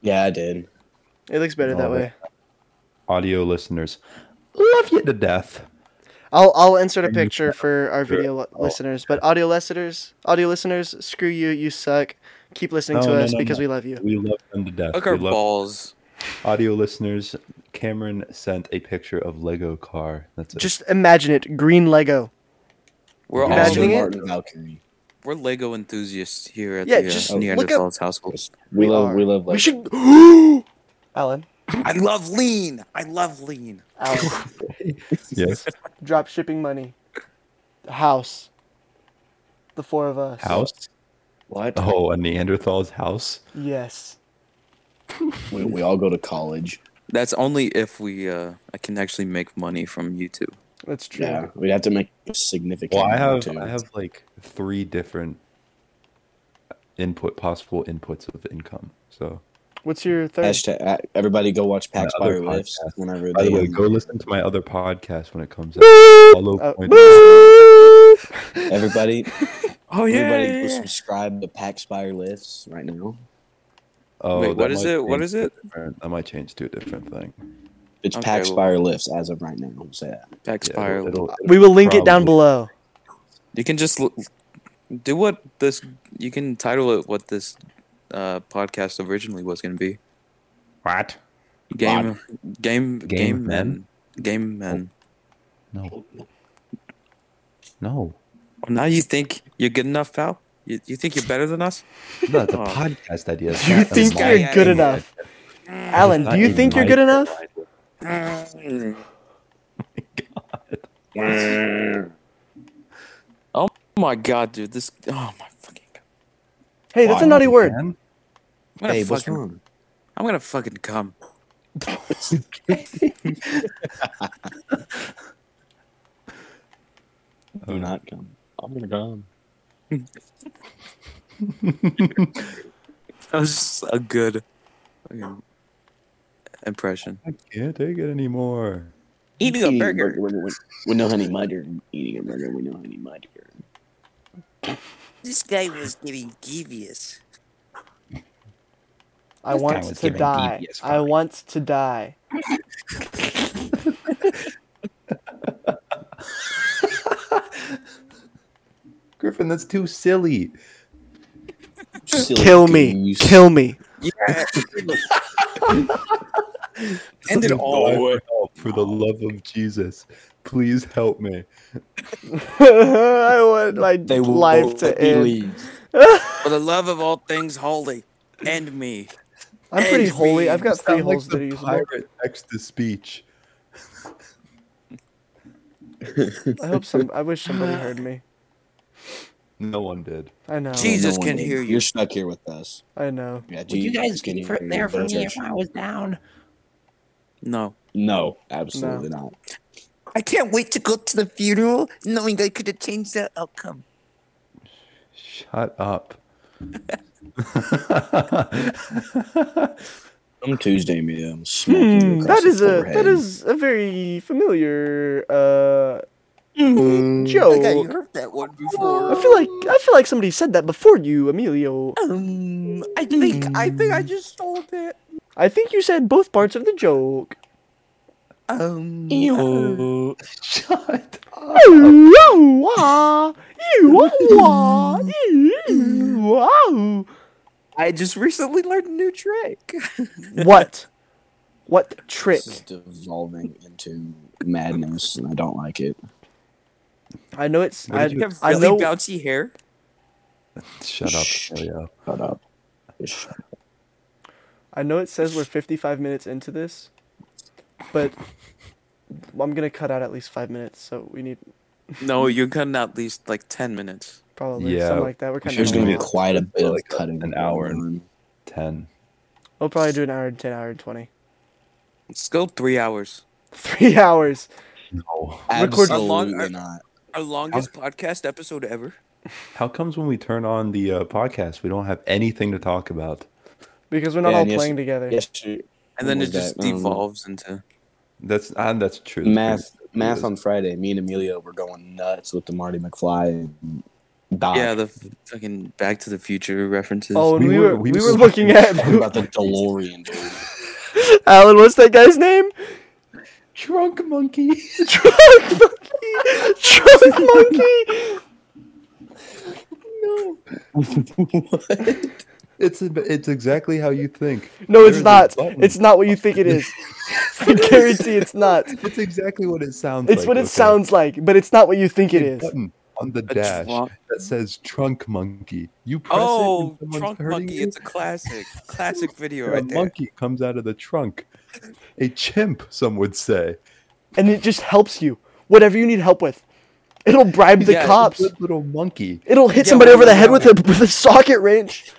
Yeah, I did.
It looks better
No,
that
but-
way.
audio listeners love you to death.
I'll I'll insert a
Are you-
picture for our video li-
Oh.
listeners, but audio listeners, audio listeners, screw you, you suck. Keep listening
No,
to
no,
us
no,
because
no.
we love you.
We love them to death.
Look
we
our
love
balls.
audio listeners. Cameron sent a picture of Lego car. That's it.
Just imagine it, green Lego.
We're all
Imagining it?
Martin Valkyrie.
we're Lego enthusiasts here at
Yeah,
the
just
uh,
look
Neanderthals household.
We,
We
love,
are.
we love.
We
Lego.
should. <gasps> Alan,
I love lean. I love lean.
Alan,
<laughs>
yes.
<laughs> drop shipping money. House. The four of us.
House.
What?
Oh, a Neanderthal's house.
Yes.
We, we all go to college.
That's only if we uh I can actually make money from YouTube.
That's true.
Yeah, we'd have to make a significant.
Well, I
amount,
have
too.
I have like three different input possible inputs of income. So
What's your third?
Hashtag, uh, everybody go watch Pax
other
Fire Lifts
podcast.
whenever
by
they
the way,
<laughs>
um,
go listen to my other podcast when it comes <laughs> out. Follow
Oh. <laughs>
Point-
everybody
Oh
everybody go subscribe to Pax Fire Lifts right now.
Oh,
Wait,
that
what is
might
it? What
change
is
to a
it?
different- That might change to a different thing.
It's
Okay,
Pax
well-
Fire Lifts as of right now. Say that.
Yeah,
Backspire.
it'll- it'll-
We will link it down
probably-
below.
you can just l- do what this. You can title it what this uh, podcast originally was going to be.
What?
Game, game, game,
Game
men, game men.
No. No.
Oh, Now you think you're good enough, pal? You, you think you're better than us?
No, <laughs> it's a
Oh.
podcast idea. It's
You
not a
think
mic
you're good
idea.
enough?
It's
Alan,
not
do you
a
think you're
mic
good enough?
idea.
Oh my god, dude! This. Oh my fucking. God.
Hey, that's a naughty word.
Man,
I'm gonna
Hey, what's
fucking.
wrong?
I'm gonna fucking come. <laughs>
Oh.
Do not come. I'm gonna come.
That was just a good fucking impression.
I can't take it anymore.
Eating a burger.
with, with, with no honey mustard. Eating a burger with no honey
<laughs>
mustard.
This guy was getting devious.
I want to die. I want to die.
Griffin, that's too silly.
silly
Kill me.
goose.
Kill me. <laughs>
Yeah. End it all.
Lord, help, for the love of Jesus, please help me.
I want my life to
let me
end.
leave.
For the love of all things holy, end me.
I'm pretty
End
holy.
me.
I've got three
Sound like
holes that are
the
usable.
pirate next to speech.
I hope some. I wish somebody heard me.
No one did.
I know.
Jeez. Jesus
one
can
did.
hear you.
You're stuck here with us.
I know.
Yeah,
Would you
Jesus
guys
can
get
hear
for,
you.
there for
That's
me
our
if I was down?
No.
No, absolutely not.
I can't wait to go to the funeral knowing I could have changed the outcome.
Shut up. <laughs>
Come Tuesday, me. I'm smacking you across
Hmm, That is
the
a
forehead.
that is a very familiar uh mm, joke. I,
heard that one before.
feel like I feel like somebody said that before you, Emilio.
Um, I think I think I just stole it.
I think you said both parts of the joke.
Um,
Shut up.
Ew-ah, ew-ah,
<laughs>
ew-ah.
I just recently learned a new trick. <laughs>
What? What trick?
This is devolving into madness, and I don't like it.
I know it's.
What
I,
did you-
I
really
know.
bouncy hair.
Shut up.
Shh.
Leo.
Shut up. Just shut up.
I know it says we're 55 minutes into this, but I'm gonna cut out at least five minutes, so we need
No, you're cutting out at least like ten minutes.
probably
Yeah,
something like that. We're
we
kind
should
There's
of.
gonna be
Like,
quite a bit of
like,
cutting.
an hour
going on.
Ten.
We'll probably do an hour and ten, hour and twenty. <laughs>
Let's go three hours.
Three hours.
No.
Record-
Absolutely
Our long-
not.
Our longest podcast episode ever.
How comes when we turn on the uh, podcast, we don't have anything to talk about?
Because we're not
Yeah,
all
and yes-
playing together.
Yes, sure.
Oh
And then
What
it
was
just
that?
Mm.
Um,
devolves into
That's uh, that's true.
math math on Friday. Me and Emilio were going nuts with the Marty McFly and
Ah.
Doc.
yeah, the f- fucking Back to the Future references.
Oh, and we,
We
were,
were- we
we were
were-
looking at
Talking
<laughs>
about
<laughs>
the DeLorean. Dude.
Alan. What's that guy's name?
drunk monkey. <laughs>
Trunk monkey. Trunk monkey.
It's it's exactly how you think.
No, it's
There's a
not.
button.
It's not what you think it is. I guarantee it's not.
It's exactly what it sounds.
It's
like,
what it
okay?
sounds like, but it's not what you think it is.
Button on the
A
dash
drunk-
that says trunk monkey. You press it.
Oh,
and someone's
Trunk
hurting
Monkey!
you,
It's a classic,
<laughs>
classic video
and
right
a
there.
monkey comes out of the trunk. A chimp, some would say.
And it just helps you. Whatever you need help with. It'll bribe the
Yeah, it's
cops.
Good
<laughs>
little monkey.
It'll hit
Yeah,
somebody
well,
over the head
yeah.
with a with a socket wrench.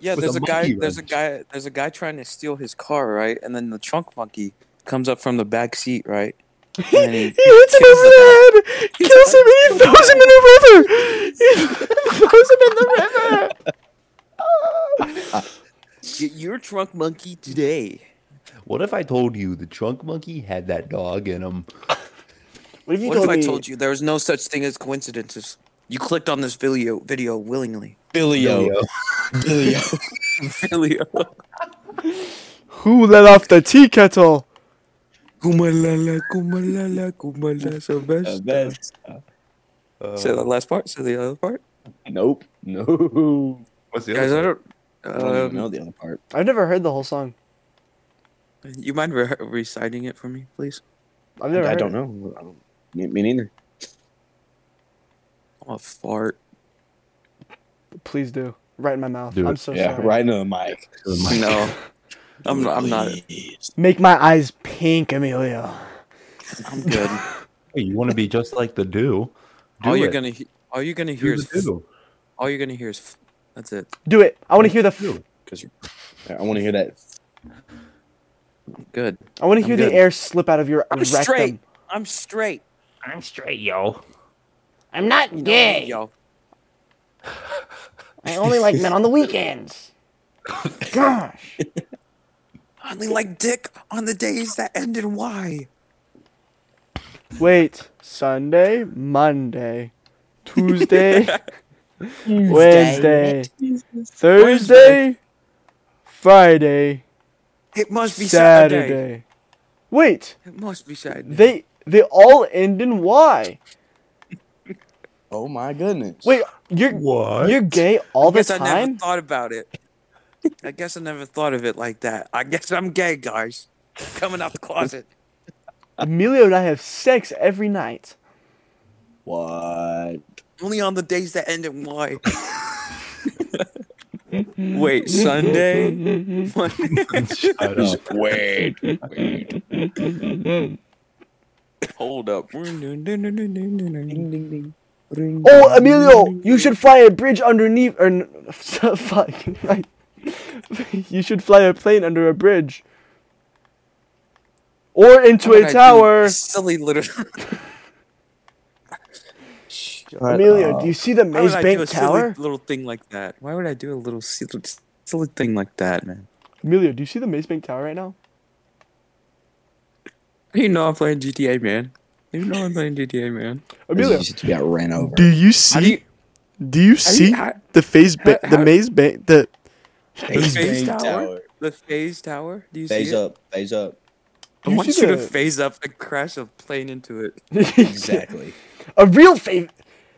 Yeah,
with
there's a, guy.
monkey
There's a
wrench.
guy. There's a guy trying to steal his car, right? And then the trunk monkey comes up from the back seat, right? And then
He <laughs>
he-
hits him
kills
over the head, kills him, and he throws him in the river. He throws him in the river.
Get your trunk monkey today.
What if I told you the trunk monkey had that dog in him?
What if you
what
told
if I
me?
told you there was no such thing as coincidences? You clicked on this video video willingly.
Billio. Billio.
Video.
Who let off the tea kettle?
Kumalala, kumalala, kumala, Sylvester.
Uh,
Say the last part. Say the other part.
nope. <laughs> No.
what's the
Guys, I
other
don't.
I don't even know
Um,
the other part.
I've never heard the whole song.
you mind re- reciting it for me, please?
I've never.
I
heard
don't
it.
know. I don't, me me neither.
Oh, fart.
Please do. Right in my mouth.
Do
I'm
it.
so
yeah,
sorry.
right into the mic.
one?
No, I'm. I'm not.
Please.
Make my eyes pink, Emilio.
I'm good.
Hey, you want to be just like the do? Do
all you're
it.
gonna. He- all you're gonna hear
do
is. <laughs>
the do.
All you're gonna hear is. F- that's it.
Do it. I want to hear the. F-
Do.
'Cause you're- I want to hear that.
Good.
I want to hear the
good.
air slip out of your
I'm
rectum.
straight. I'm straight.
I'm straight, yo.
I'm not gay.
Yo.
I only like men
<laughs>
on the weekends. Gosh.
I only like dick on the days that end in Y.
Wait. Sunday, Monday,
<laughs>
Tuesday, Wednesday, Thursday, Friday,
It must be Saturday.
Saturday. Wait.
It must be Saturday.
They they all end in Y.
Oh my goodness.
Wait, you're
What?
you're gay all the
guess I never
time?
thought about it. I guess I never thought of it like that. I guess I'm gay, guys. Coming out the closet.
Emilio and I have sex every night.
What?
Only on the days that end
<laughs>
in Y. Wait, Sunday? Monday?
Shut up.
Wait. Wait.
Hold up.
Oh, Emilio, you should fly a bridge underneath. Or n- <laughs> fuck, right? You should fly a plane under a bridge, or into a
I do
tower.
Silly little.
Emilio, do you see the
Why would
Maze
I do a
Bank
silly
Tower?
little thing like that? Why would I do a little silly, silly thing like that, man?
Emilio, do you see the Maze Bank Tower right now?
You know I'm playing GTA, man. You know I'm playing GTA, man.
Emilio,
You got ran over.
Do you
How do
see?
you
Do you see
how-
the phase? Ba-
how-
the
how-
maze bank. The
Phase
Phase
bang
tower? the phase tower? Do you
Phase
see it?
up. Phase up.
I
You
want
see
you to
the-
phase up and crash a plane into it. <laughs>
Exactly.
<laughs> a real phase.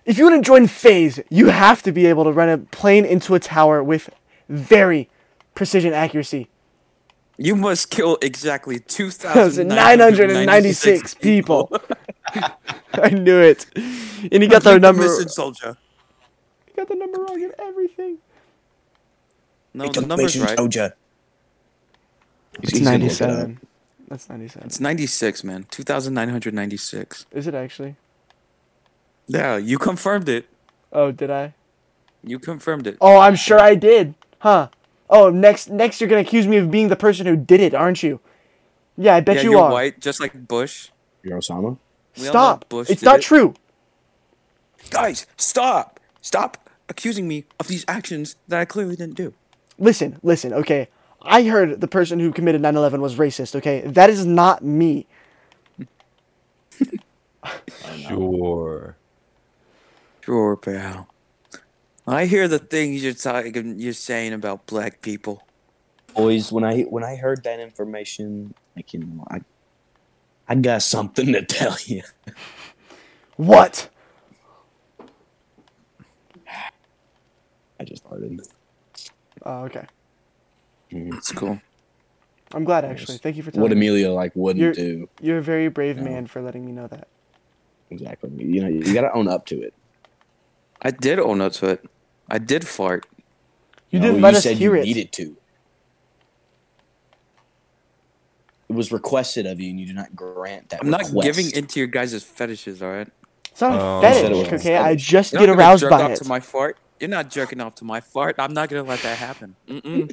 If you want to join phase, you have to be able to run a plane into a tower with very precision accuracy.
You must kill exactly two thousand nine hundred and ninety-six
996 people. <laughs> I knew it. And he got the number.
Mission
He
soldier.
got the number wrong in everything.
No, the number's right.
It's
He's gonna look it up.
97. That's 97.
It's ninety-six, man. Two thousand nine hundred ninety-six.
Is it actually?
Yeah, you confirmed it.
Oh, did I?
You confirmed it.
Oh, I'm sure I did. Huh. Oh, next next you're gonna accuse me of being the person who did it, aren't you? Yeah, I bet
yeah,
you
are
are.
white, just like Bush.
You're
We
Osama?
all know
Stop.
Bush
It's
did
not
it.
true.
Guys, stop! Stop accusing me of these actions that I clearly didn't do.
Listen, listen, okay. I heard the person who committed 9/11 was racist, okay? That is not me.
Sure.
Sure, pal. I hear the things you're talking, you're saying about black people.
Boys, when I when I heard that information, like you know, I I got something to tell you. <laughs>
What?
I just farted.
Oh, okay.
It's cool.
I'm glad actually. Thank you for
What
telling me.
Emilio like wouldn't
You're-
do.
You're a very brave man for letting me know that.
Exactly. You know, you gotta own up to it.
I did own up to it. I did fart.
You
No,
didn't let us
said
hear
you
it.
needed to. It was requested of you, and you do not grant that.
I'm not
request.
giving into your guys' fetishes, all right?
It's not a
Oh.
fetish,
Instead of a
okay? I
fetish.
just
You're
get
not gonna
aroused
jerk
by
off
it.
to my fart. You're not jerking off to my fart. I'm not gonna let that happen. Mm-mm.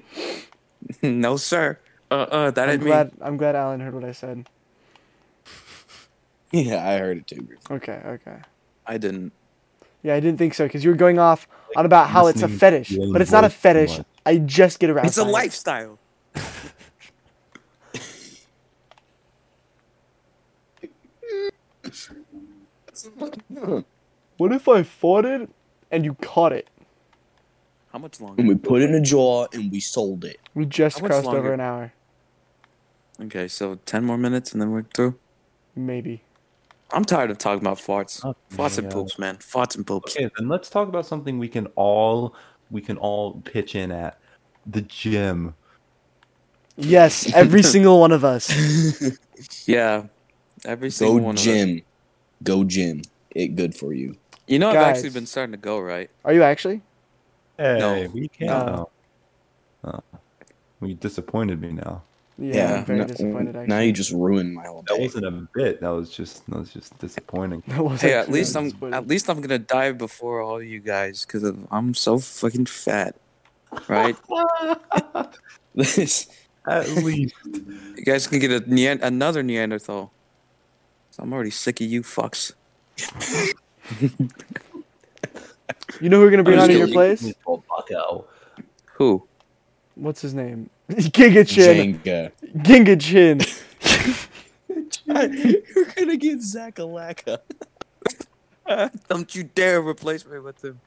<laughs> no, sir. Uh-uh, that
I'm
ain't
glad.
me.
I'm glad Alan heard what I said.
<laughs> Yeah, I heard it too.
Okay, okay.
I didn't.
Yeah, I didn't think so because you were going off on about how it's a
listening to
fetish,
your own
but it's not a
voice too
fetish.
much.
I just get aroused.
It's a
by it.
lifestyle.
What if I farted and you caught it?
How much longer?
And we put it in a jar and we sold it.
We just
How much
crossed over
longer?
an hour,
Okay, so ten more minutes and then we're through.
maybe.
I'm tired of talking about farts.
Oh,
farts and
yeah.
poops, man. Farts and poops.
Okay, then let's talk about something we can all we can all pitch in at the gym.
Yes,
<laughs>
every single one of us.
Yeah. Every single
Go
one of us.
Jim. Go Jim. It good for you.
You know I've actually
Guys.
been starting to go, right?
Are you actually?
Hey,
No. Uh,
we can.
No.
not Oh. you disappointed me now.
Yeah, I'm very
no-
disappointed. Actually, <laughs>
Now you just ruined my whole
That
day.
wasn't a bit. That was just that was just disappointing.
That was
Hey, at
actually
least I'm
disappointing.
at least I'm gonna die before all you guys because I'm so fucking fat, <laughs> right?
<laughs> This
<laughs> At least
you guys can get a Nean- another Neanderthal. So I'm already sick of you fucks.
You know who we're gonna bring
I'm
on
just
at your
kidding.
place?
Who?
What's his name? <laughs> Giga Chin.
Jenga.
Ginga Chin. <laughs>
You're gonna get Zakalaka.
<laughs> Don't you dare replace me with him.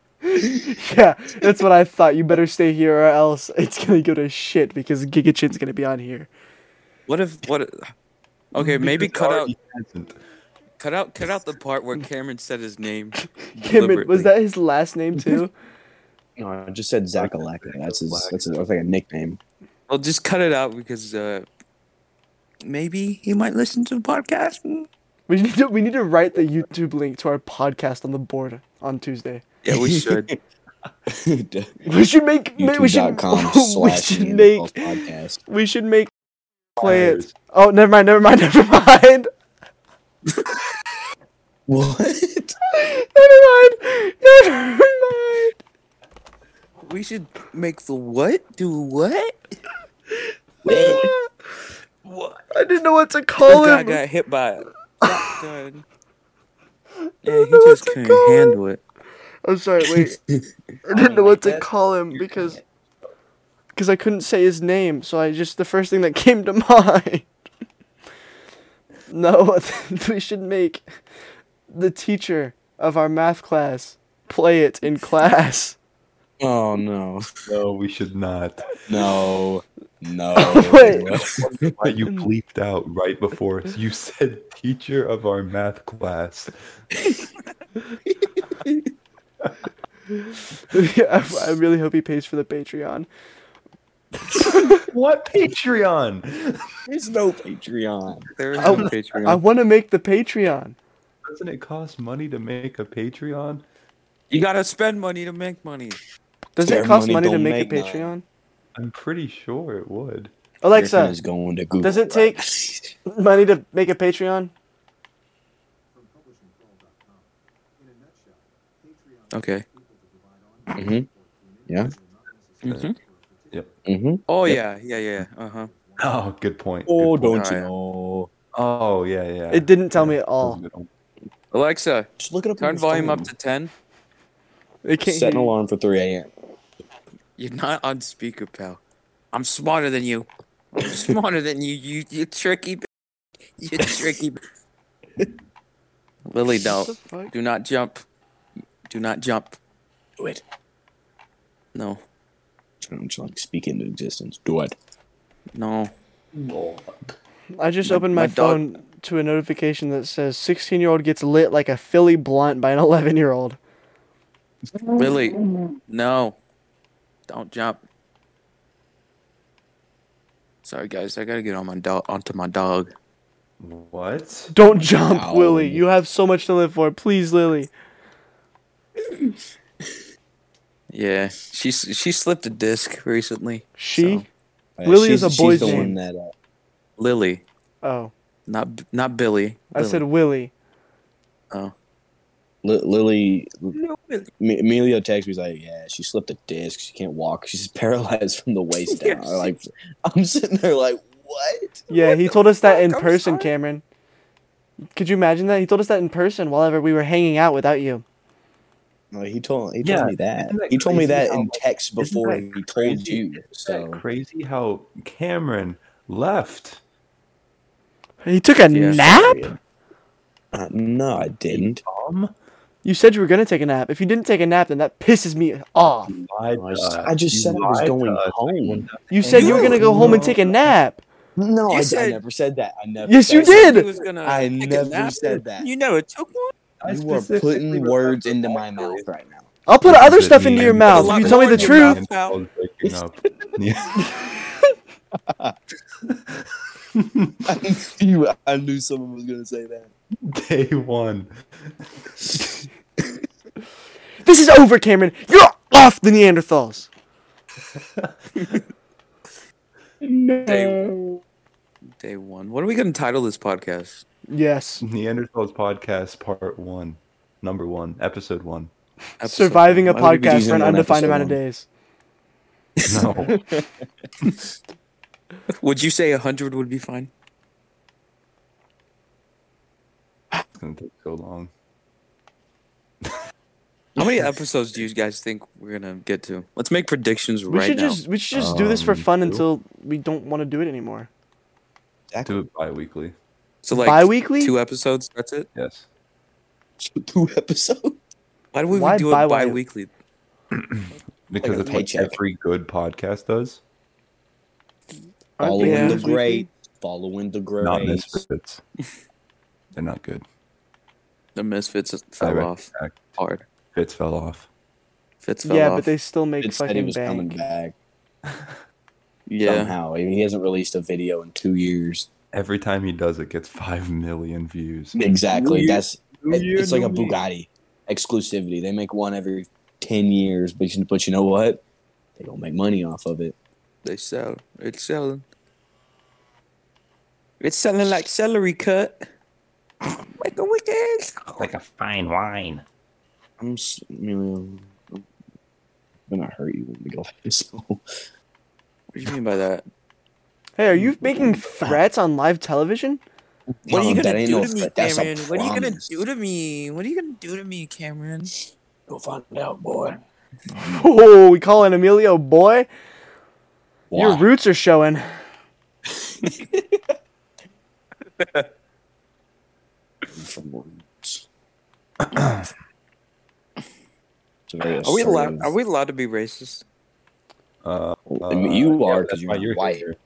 Yeah, that's what I thought. You better stay here or else it's gonna go to shit because Giga Chin's gonna be on here.
<laughs> What if what? Okay, maybe cut out
Hasn't.
Cut out, cut out the part where Cameron said his <laughs> name.
Cameron,
deliberately.
was that his last name too?
No, I just said Zachalaka. That's his. That's his, that's like a <laughs> nickname.
Well, just cut it out because uh, maybe he might listen to the podcast.
we need to we need to write the YouTube link to our podcast on the board on Tuesday.
Yeah, we should.
We should make ma- we should,
<laughs> YouTube.com
<laughs> we
slash
should
Neanderthals
make
podcast.
we should make play it.
Fires.
Oh, never mind, never mind, <laughs> never mind.
What?
Never mind. Never mind.
<laughs> we should make the what do what?
<laughs> I didn't know what to
This
call
guy
him.
got hit by a <laughs> shotgun. Yeah,
don't
he
know what
just
to
couldn't
call it.
handle it.
I'm <laughs> sorry, wait. I didn't know what to call him because because I couldn't say his name, so I just the first thing that <laughs> came to mind. no, <laughs> we should make the teacher of our math class play it in class.
<laughs>
<laughs>
Oh no!
No, we
<laughs>
should not.
No! <laughs> No!
Wait.
Why you bleeped out right before us? You said teacher of our math class.
I, I really hope he pays for the Patreon.
What Patreon?
There's no Patreon.
There is
Oh,
no
I
Patreon.
want to make the Patreon.
Doesn't it cost money to make a Patreon?
you gotta spend money to make money.
Does
Their
it cost money,
money
to
don't
make, a
make
Patreon?
I'm pretty sure it would.
Griffin
Alexa,
is going to Google.
does it
right
take money to make a Patreon?
Okay.
Mhm. <laughs> Yeah.
Mhm.
Yep.
Mm-hmm.
Oh yeah, yeah, yeah. Uh huh.
Oh, good point.
Oh,
good point.
don't you
Alright.
know?
Oh, yeah, yeah.
It didn't tell me at all.
Alexa,
Just look it up. on
turn
your
volume
phone.
up to ten.
It can't
Set an
hear you.
alarm for 3 a.m.
You're not on speaker, pal. I'm smarter than you.
<laughs>
I'm smarter than you. You, you tricky. b- You tricky. b- Lily,
What
don't.
the fuck?
Do not jump. Do not jump.
Do it.
No.
Trying to just, like speak into existence. Do it.
No.
I just
My-
opened my,
my dog-
phone to a notification that says 16 year old gets lit like a Philly blunt by an <laughs> 11 year old.
Lily, no. Don't jump. Sorry, guys. I gotta get on my dog onto my dog.
What?
Don't jump,
Ow.
Willie. You have so much to live for. Please, Lily.
Yeah, she s- she slipped a disc recently.
She?
So-
Uh,
Lily is a
she's- she's
boy's
the
name.
one that. Uh,
Lily,
Oh,
not B- not Billy.
I
Lily.
said Willie.
Li- Lily. M- Emilio texts me he's like, "Yeah, she slipped a disc. She can't walk. She's <laughs> paralyzed from the waist down."
Yes.
Like, I'm sitting there like, "What?"
Yeah, he told us that in
I'm
person,
sorry.
Cameron. Could you imagine that? He told us that in person while we were hanging out without you.
No, he told he told
Yeah,
me that.
isn't that
He told me
crazy
that
how-
in text before
that
he told
crazy?
you.
Isn't that
So
crazy how Cameron left?
He took a
Yeah.
nap?
uh, no, I didn't.
Tom?
You said you were going to take a nap. If you didn't take a nap, then that pisses me off.
Lied
I
to
just,
us.
I just
You
said I was
lied to
going
us.
home.
You said you were going to go home and take a nap.
No,
You
I, I
said-
never said that. I never.
Yes, you
said that.
He
did.
was gonna
I
take a
never
nap.
said that.
You never took one.
You are
specifically
putting
remember
words
the
into
fact
my
that
mouth
it-
right now.
I'll put other
Does it
stuff into
mean-
your mouth if you tell me the
Lock your mouth.
truth.
pal.
I was waking up. <laughs> Yeah.
<laughs> I <laughs> knew, I knew someone was gonna say that. <laughs>
Day one.
This is over, Cameron. You're off the Neanderthals.
Day, day one. What are we gonna title this podcast?
Yes.
Neanderthals podcast part one, number one,
<laughs>
episode one.
Episode
Surviving a
one. Why would we
podcast
season
for an
one,
undefined
episode
amount of
one?
days.
No,
do- Would you say hundred would be fine?
it's gonna take so long.
<laughs>
How many episodes do you guys think we're gonna get to? Let's make predictions
We
right
should
now.
just we should just do this for
Um,
fun
two.
until we don't want to do it anymore.
Do it bi-weekly.
so like
bi-weekly?
two episodes. That's it.
Yes.
Two episodes.
Why do we
Why
even do
bi-
it bi-weekly?
Because
Like a
that's
paycheck.
what every good podcast does.
Aren't they
Following
doing
the
this
great. Following the
Not <laughs>
great.
misfits. They're not good.
The Misfits fell
Direct
off
attack.
hard.
Fitz fell off.
Fits fell
yeah,
off.
but they still make
It said he
fucking
was coming
bank.
back
<laughs> yeah.
somehow. I mean, he hasn't released a video in two years.
Every time he does it, gets five million views.
Exactly.
New year,
That's it- it's like a Bugatti exclusivity. They make one every ten years, but you, but you know what? They don't make money off of it.
They sell. It's selling. It's selling like celery cut. Like a weekend.
Like a fine wine.
I'm, s- I mean, I'm gonna hurt you when we go. <laughs> So
What do you mean by that?
Hey, are you making threats on live television? <laughs>
What are you
That
gonna
ain't
do
no
to me,
threat, that's a
Cameron? What are you gonna
promise.
do to me? What are you gonna do to me, Cameron?
Go find out, boy.
Oh, we calling Emilio boy. Your
Why?
roots are showing.
From
<clears throat>
words. It's a very
Are we allowed?
assertive-
Are we allowed to be racist?
Uh,
I mean, you
uh, yeah,
are
that's
because
why
you're
you're
not white.
here.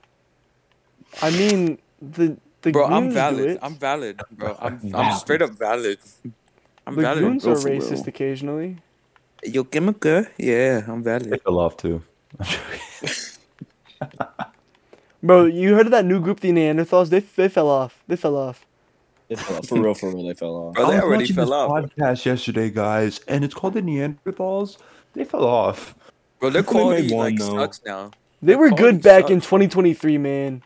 I mean, the the
Bro, I'm
goons do
valid.
it.
I'm valid, bro. I'm I'm
Valid.
straight up valid. I'm
the
valid.
goons are
bro, for real.
racist occasionally.
Yo, Gimmicker? Yeah, I'm
They
valid.
fell off too.
Bro, you heard of that new group, the Neanderthals? They they fell off. They fell off.
They
<laughs>
fell off. For real, for real, they fell off.
Bro,
I
they
was
already
watching
fell
this
off.
Podcast yesterday, guys, and it's called the Neanderthals. They fell off.
Bro, their
They made
quality
one,
like
though.
sucks now.
They were
quality
good back in
sucks.
2023, man.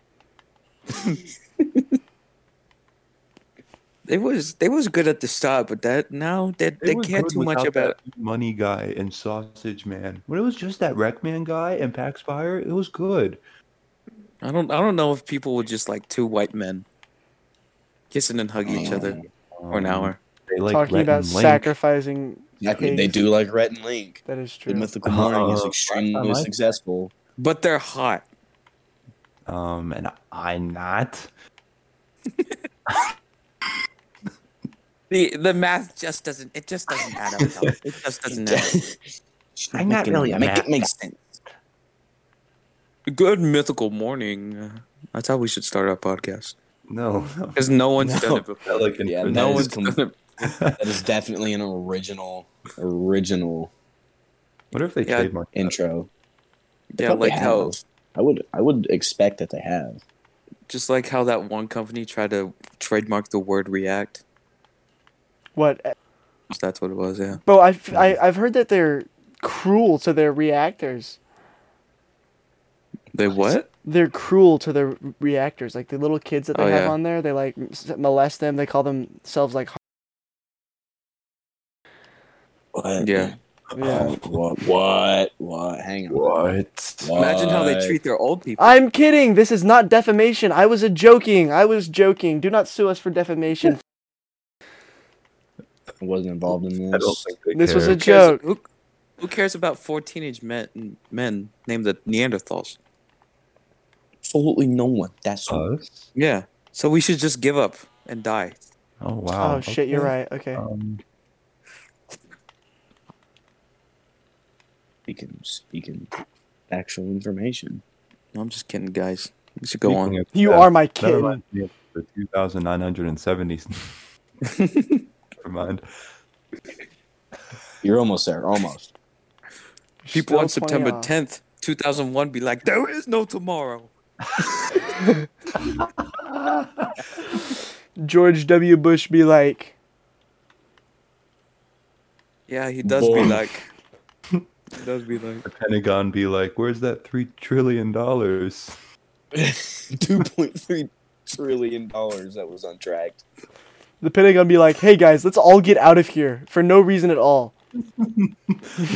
They was they was good at the start, but that now that they,
were
care
good
too much
without
about.
that money guy and sausage man. When it was just that wreck man guy and Pax Fire, it was good.
I don't I don't know if people were just like two white men kissing and hugging each other for an
Um,
hour.
They like
Talking
Rhett
about
and Link.
sacrificing.
Exactly. They
pigs.
do like Rhett and Link.
That is
The
true.
Mythical Morning is
Uh, I
extremely
like-
successful.
But they're hot.
Um, and I'm not.
The the math just doesn't it just doesn't add up. though. It just doesn't
<laughs>
add up.
I'm not
Make it-
really a
make
math
it make sense.
Good mythical morning. That's how we should start our podcast.
No, <laughs> no.
Because no one's done
No.
it before.
I like an-
Yeah,
No
That
one's
is
done
com-
it.
<laughs>
That is definitely an original, original
What if they
Yeah.
trademark that?
intro. They
Yeah,
probably
like how
have. I would, I would expect that they have.
just like how that one company tried to trademark the word react.
What,
That's what it was, yeah.
bro? I, I I've heard that they're cruel to their reactors.
They what?
They're cruel to their reactors. Like the little kids that they
Oh,
have
yeah.
on there, they like s- molest them. They call themselves like.
What?
Yeah.
Oh.
Yeah.
uh, What? What? What? Hang on.
What?
Imagine how they
What?
treat their old people.
I'm kidding. This is not defamation. I was a joking. I was joking. Do not sue us for defamation.
I wasn't involved in
I don't
this.
think they
This was
care.
a
cares-
joke.
Who, who cares about four teenage men, men named the Neanderthals?
Absolutely no one. That's
Us?
Yeah. So we should just give up and die.
Oh wow!
Oh shit, you're
okay.
right. Okay.
Um,
speaking speaking actual information.
No, I'm just kidding, guys. We should go on.
Speaking of
You
death,
are my
that
kid.
reminds me of The
<laughs>
2,970s. Never mind.
You're almost there. Almost.
People on
Still
September
20 off.
10th, 2001 be like, there is no tomorrow.
George W. Bush be like,
Yeah, he does be
Boy.
like.
<laughs>
He does be like.
The Pentagon be like, "Where's that three trillion dollars?" <laughs>
Two point three trillion dollars that was untracked.
the Pentagon be like, hey guys, let's all get out of here for no reason at all.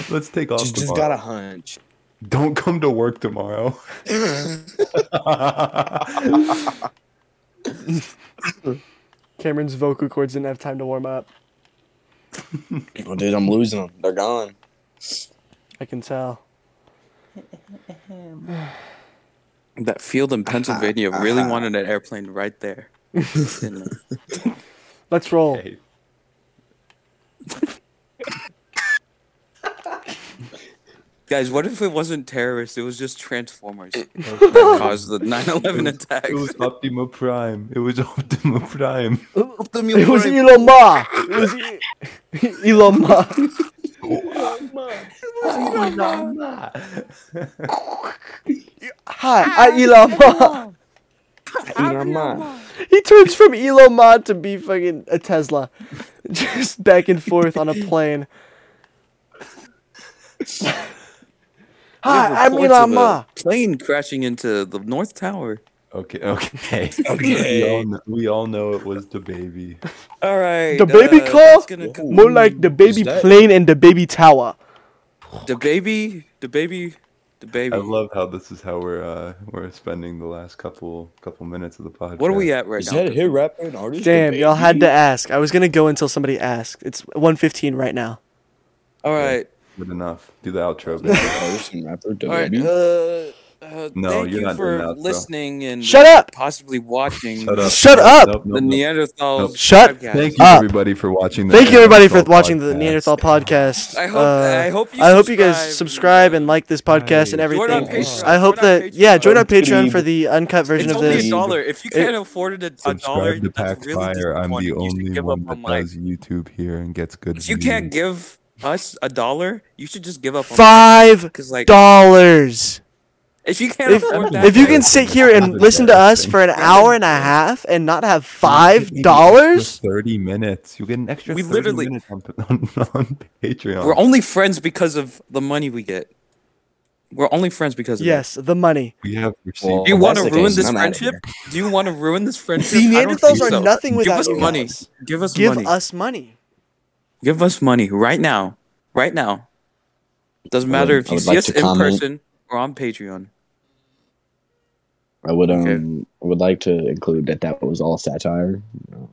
Let's take off.
Just, just
tomorrow.
got a hunch.
<laughs> Don't come to
<laughs>
work tomorrow. <laughs> I
Cameron's vocal cords didn't have time to warm up.
Oh, dude, I'm losing them. They're gone.
I can tell.
That field in Pennsylvania really wanted an airplane right there. And, uh,
Let's roll.
Guys, what if it wasn't terrorists? It was just
<laughs>
Transformers that caused the 9 11 attacks.
It was Optima Prime. It was <laughs> Optima Prime.
It was Elon Musk. It was E- <laughs> Elon Musk.
Oh
Hi, I Elon Musk.
Elon Musk.
He turns from Elon Musk to be fucking a Tesla, <laughs> just back and forth on a plane.
There's
Hi, I'm
reports of
Elon
a
Musk.
Plane crashing into the North Tower.
Okay, okay. We, all
Okay.
know, we all know it was the baby.
All right.
The baby
uh,
car?
that's gonna con-
More like the baby
that-
plane and the baby tower.
the baby. The baby. The baby.
I love how this is how we're uh, we're spending the last couple couple minutes of the podcast.
what are we at right
Is
now?
that a hit rapper and artist?
Damn,
The
y'all had to
baby?
ask. I was gonna go until somebody asked. It's 1:15 right now.
All right.
Good enough. Do the outro. baby.
Artist and rapper, the
All right.
baby?
Uh, uh,
No,
thank you
you're not doing
for
that, bro.
listening and
Shut up!
possibly watching
Shut up.
Shut up!
Nope,
the
nope, nope.
Neanderthals.
Nope.
Shut
podcast.
Thank you
up.
everybody for watching. The
Thank you everybody for
Neanderthal
watching the
podcast.
Neanderthal podcast.
I hope-
Uh,
I hope you
I hope you
subscribe.
guys subscribe and like this podcast and
Join our
everything.
Patreon.
I hope
Join our
that yeah,
Patreon.
join our
Please.
Patreon for the uncut version
It's
of
only
this.
a dollar. If you
It-
can't afford it, a, a dollar.
Subscribe to
that's
Pax
really
Fire. I'm the
disappointing. You should
only
give
one
up
that
on life.
does YouTube here and gets good.
If you can't
views.
give us a dollar, you should just give up. on
Five
Because like,
dollars.
if you can't
If,
afford that,
if you
then-
can sit here and listen to us for an hour and a half and not have five
You get an extra
dollars,
Thirty minutes. You get an extra.
We
We
literally-
literally minutes on, <laughs> on, on Patreon.
we're only friends because of the money we get. We're only friends because of
yes, the money.
we have received.
Well,
That. Do you
Well,
want to
that's the
ruin
case,
this
I'm outta
friendship? Do you want to ruin this friendship?
The
I don't
Neanderthals
think
are
so.
nothing without
Give
you
us money.
guys.
Give us
Give
money.
us money.
Give us money right now. Right now. Doesn't matter
would-
if
I
you
would
see
like
us
to
in
comment.
person or on Patreon.
I would um
Okay.
I would like to include that that was all satire. Um,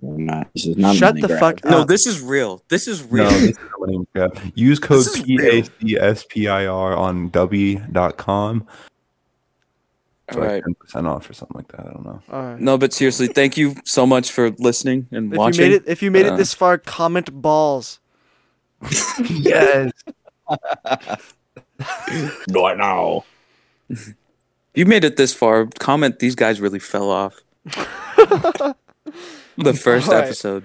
we're not, this is not
Shut
money
the
grab.
fuck
No,
up.
this is real. This is real.
No,
<laughs>
this is not money grab. Use code
This is real.
PACSPIR on W.com. It's
All
like
right.
10% off or something like that. I don't know.
All right.
No, but seriously, thank you so much for listening and
If
watching.
you made it, if you made
Uh,
it this far, comment
<laughs>
balls.
Yes.
Not now.
you made it this far. Comment these guys really fell
<laughs>
off. the first
All right.
episode.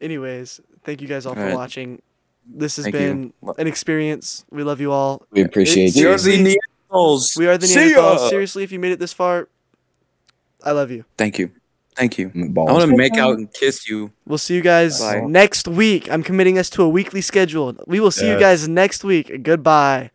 Anyways, thank you guys all,
All
for
right.
watching. This has
Thank you.
been an experience. We love you all.
We appreciate
It-
you.
Seriously.
We are the Neanderthals.
We are the
See ya.
Neanderthals. Seriously, if you made it this far, I love you.
Thank you. Thank you.
Balls.
I want to make out and kiss you.
We'll see you guys
Bye.
next week. I'm committing us to a weekly schedule. We will see you
Yes.
guys next week. Goodbye.